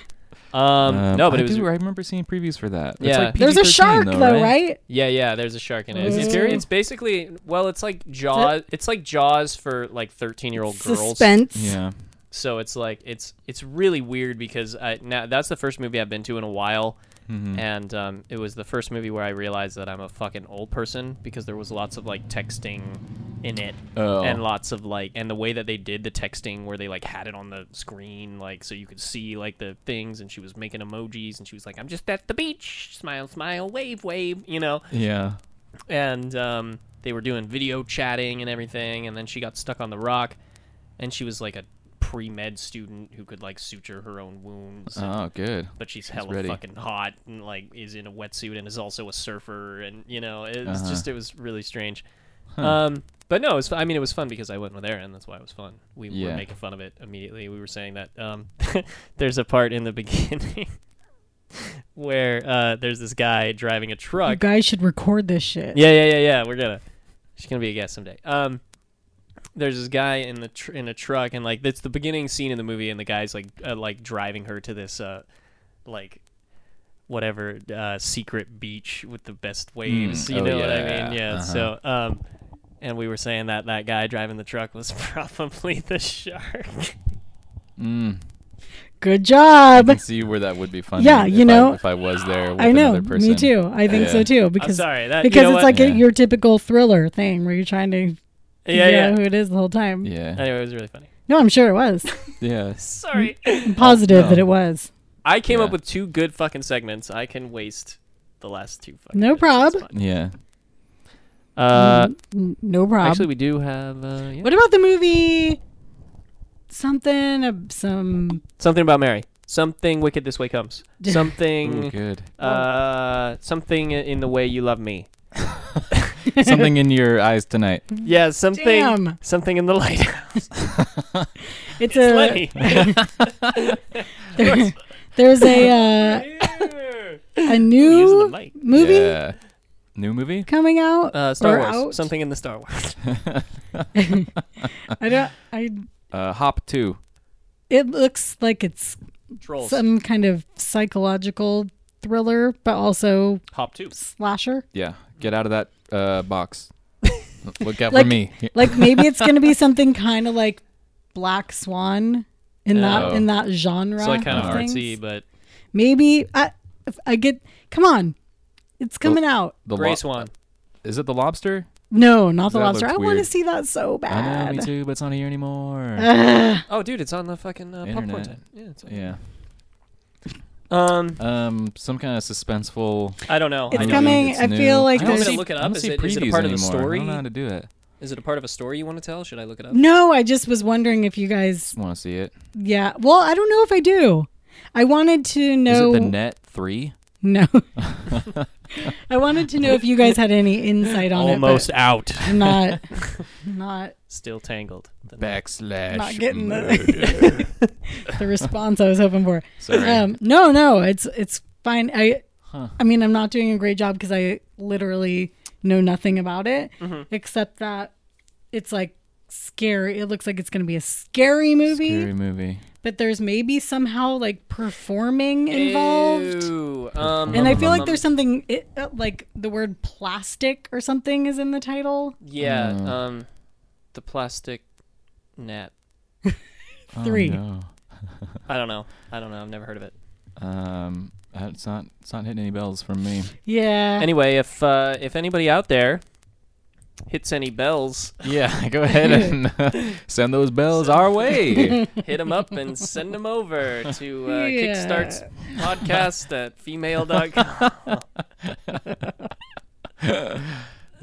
D: Um,
B: Uh,
A: Um,
D: no, but
A: I
D: it was.
A: do- I remember seeing previews for that. It's
D: Yeah.
A: like
B: There's a
A: PG-13
B: shark though, right?
D: Yeah, yeah. There's a shark in it.
B: Is it
D: it's,
B: scary?
D: it's basically well, it's like Jaws. It's like Jaws for like 13 year old girls.
B: Suspense.
A: Yeah.
D: So it's like it's it's really weird because I now that's the first movie I've been to in a while, and um, it was the first movie where I realized that I'm a fucking old person because there was lots of like texting in it
A: Oh.
D: and lots of like and the way that they did the texting where they like had it on the screen like so you could see like the things and she was making emojis and she was like I'm just at the beach smile smile wave wave you know
A: Yeah.
D: and um, they were doing video chatting and everything. And then she got stuck on the rock, and she was like a pre med student who could like suture her own wounds.
A: Oh, good.
D: but she's hella
A: ready.
D: fucking hot and like is in a wetsuit and is also a surfer and you know it's
A: Uh-huh.
D: just it was really strange. Um, but no, it was, I mean it was fun because I went with Aaron. That's why it was fun. We were
A: Yeah.
D: making fun of it immediately. We were saying that um, [LAUGHS] there's a part in the [LAUGHS] beginning where uh, there's this guy driving a
B: You
D: truck
B: guys should record this shit.
D: yeah, yeah, yeah, yeah. We're gonna. She's gonna be a guest someday. Um, there's this guy in the tr- in a truck, and like that's the beginning scene in the movie, and the guy's like uh, like driving her to this uh, like whatever uh, secret beach with the best waves.
A: Mm,
D: you
A: oh,
D: know what I
A: yeah,
D: mean? Yeah.
A: uh-huh.
D: So um, and we were saying that that guy driving the truck was [LAUGHS] probably the shark.
A: Mm.
B: Good
A: I
B: job.
A: can see where that would be funny.
B: Yeah, you
A: if I-
B: know,
A: if I was there. With
B: I know.
A: Another person.
B: Me too. I think
A: Yeah.
B: so too. Because
D: sorry, that- you
B: because
D: know
B: it's
D: what?
B: like
A: Yeah.
B: a, your typical thriller thing where you're trying to
D: yeah,
B: figure
D: yeah.
B: out who it is the whole time.
A: Yeah.
D: Anyway, it was really funny.
B: No, I'm sure it was.
A: Yeah.
D: Sorry.
B: I'm positive
D: Oh,
A: no.
B: that it was.
D: I came up
A: Yeah.
D: with two good fucking segments. I can waste the last two fucking.
B: No
D: minutes. It's
B: prob.
D: fine.
A: Yeah.
D: Uh,
B: Mm, N- no problem.
D: actually, we do have uh, yeah.
B: Mm-hmm. what about the movie? Something. Uh, some.
D: something about Mary. Something wicked this way
B: [LAUGHS]
D: comes.
A: Ooh,
D: Something,
A: good.
D: uh, something in the way you love me.
A: Something in your eyes tonight.
D: Yeah, something,
B: Mm-hmm. Damn.
D: something in
B: [LAUGHS]
D: the light.
B: It's a.
D: Lenny.
B: [LAUGHS]
D: [LAUGHS]
B: there- there's a uh,
D: Using
B: a
D: the
B: new
D: mic.
B: movie
A: Yeah. New movie?
B: coming out.
D: Uh, Star
B: or
D: Wars.
B: out.
D: Something in the Star
B: [LAUGHS]
D: Wars.
B: I don't. I.
A: Uh, Hop Two.
B: It looks like it's
D: Trolls.
B: some kind of psychological thriller, but also
D: Hop two.
B: slasher.
A: Yeah, get out of that uh,
B: [LAUGHS]
A: box. Look out
B: Like-
A: for me.
B: Like maybe it's going to
D: [LAUGHS]
B: be something kind of like Black Swan in that
A: Oh.
B: in that genre.
D: It's like kind of
A: of
B: things.
D: artsy, but
B: Maybe I. If I get. Come on, it's coming out.
A: The
D: Gray
A: lo-
D: Swan.
A: Is it the lobster?
B: No, not the
A: That
B: lobster.
A: looks
B: I want to
A: weird.
B: see that so
A: I know,
B: bad. Uh.
A: me too, but it's not here anymore.
B: Ugh.
D: Oh, dude, it's on the fucking uh, popcorn
A: Internet.
D: tent. Yeah, it's on.
A: yeah.
D: Um,
A: Um, some kind of suspenseful.
D: I don't know.
B: It's
D: I
A: know
D: know.
B: coming.
A: it's
B: I
A: new.
B: feel like
A: I don't
B: there's-
A: see-
D: Look it
A: I
D: up.
A: don't
D: Is
A: see
D: it- is it a
A: previews
D: part of the
A: anymore. I
D: story?
A: don't know how to do it.
D: Is it a part of a story you want to tell? Should I
B: [LAUGHS]
D: look it
B: [SIGHS]
D: up?
B: No, I just was wondering if you guys.
A: Just want to see it.
B: Yeah. Well, I don't know if I do. I wanted to
A: Is
B: know.
A: it the Net Three?
B: [LAUGHS]
A: [LAUGHS]
B: No. I wanted to know if you guys had any insight on it.
D: out.
B: but I'm
A: [LAUGHS]
B: not. Not
D: Still tangled. The
A: Backslash.
B: Not getting the-
A: murder.
B: the response I was hoping for.
A: Sorry.
B: [LAUGHS] Um, no, no, it's it's fine. I
A: Huh.
B: I mean, I'm not doing a great job because I literally know nothing about it
D: Mm-hmm.
B: except that it's like scary. It looks like it's going to be a scary movie,
A: Scary movie.
B: but there's maybe somehow like performing involved.
D: Ew. Um,
B: And I feel like
D: um,
B: there's something it, uh, like the word plastic or something is in the title.
D: Yeah.
A: Mm.
D: Um, the plastic net.
A: Oh,
B: Three.
A: no.
D: I don't know. I don't know. I've never heard of it.
A: Um, uh, it's not. It's not hitting any bells from
D: [LAUGHS]
A: me.
B: Yeah.
D: Anyway, if uh, if anybody out there hits any bells,
A: Yeah, [LAUGHS] go
D: [LAUGHS]
A: ahead and uh, send those bells our way.
D: hit them up and send them over to
B: [LAUGHS]
D: uh,
B: Yeah.
D: Kickstart's podcast
B: [LAUGHS]
D: at female.com.
A: yeah.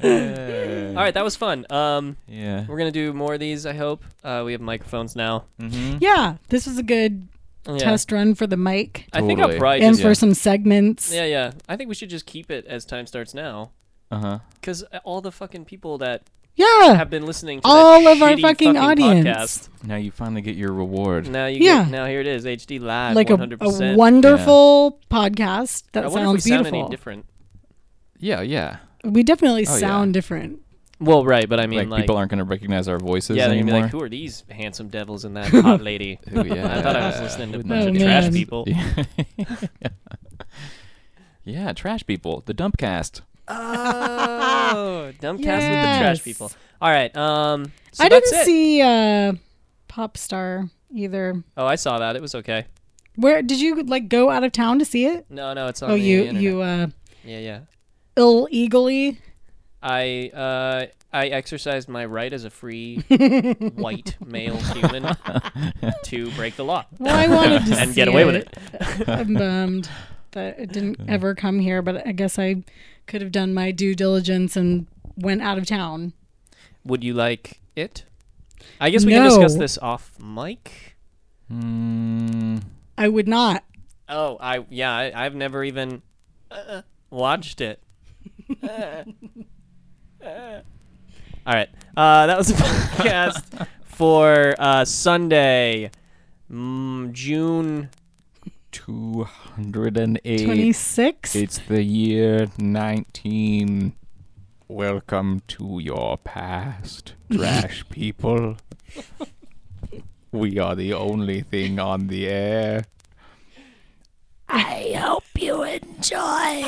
D: All right, that was fun. Um,
A: Yeah.
D: we're gonna do more of these. I hope. Uh, we have microphones now.
A: Mm-hmm.
B: yeah, this was a good
D: Yeah.
B: test run for the mic
D: I think I'll
A: Totally.
D: probably
B: and
D: just.
B: for some segments.
D: Yeah, yeah. I think we should just keep it as time starts now,
A: Uh huh.
D: because all the fucking people that
B: Yeah.
D: have been listening to
B: All
D: that
B: of our
D: shitty
B: fucking audience.
D: podcast.
A: Now you finally get your reward.
D: Now you
B: Yeah.
D: get, now here it is HD live
B: Like a,
D: 100%.
B: a wonderful podcast that
D: I wonder
B: sounds
D: if we sound
B: beautiful.
D: any different.
A: Yeah, yeah.
B: we definitely
A: Oh, yeah.
B: sound different.
D: Well, right, but I mean
A: like,
D: like,
A: people aren't going to recognize our voices
D: yeah, they're gonna be
A: anymore.
D: like who are these handsome devils
B: [LAUGHS]
D: and that hot lady?
A: Ooh, yeah.
D: [LAUGHS] I thought I was listening to a
A: Wouldn't
D: bunch
B: Oh,
D: of
A: that
D: trash
B: man.
A: [LAUGHS]
D: people.
A: be- [LAUGHS] yeah, trash people. The dump cast.
D: Oh, dumb cast with the
B: Yes.
D: trash people. All right, um so
B: I
D: that's
B: didn't
D: it.
B: see uh, Pop Star either.
D: Oh, I saw that. It was okay.
B: Where did you like go out of town to see it?
D: No, no, it's on
B: oh,
D: the
B: you
D: internet.
B: you uh,
D: Yeah, yeah.
B: ill eagly.
D: I uh, I exercised my right as a free white male human to break the law.
B: Well, I wanted to
D: [LAUGHS] And get
B: see
D: away with it.
B: [LAUGHS] I'm bummed that it didn't ever come here, but I guess I could have done my due diligence and went out of town.
D: Would you like it? I guess we can discuss
B: No.
D: this off mic.
A: Mm,
B: I would not.
D: Oh, I yeah, I, I've never even uh, watched it. [LAUGHS] All right, uh, that was a [LAUGHS] podcast for uh, Sunday, mm, June.
A: 208.
B: 26.
A: It's the year 19. Welcome to your past, trash people. We are the only thing on the air. I hope you enjoy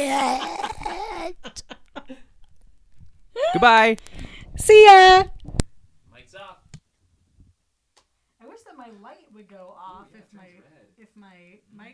A: it. Goodbye.
B: See ya.
D: Mike's up.
B: I wish that my light would go off if my if my mic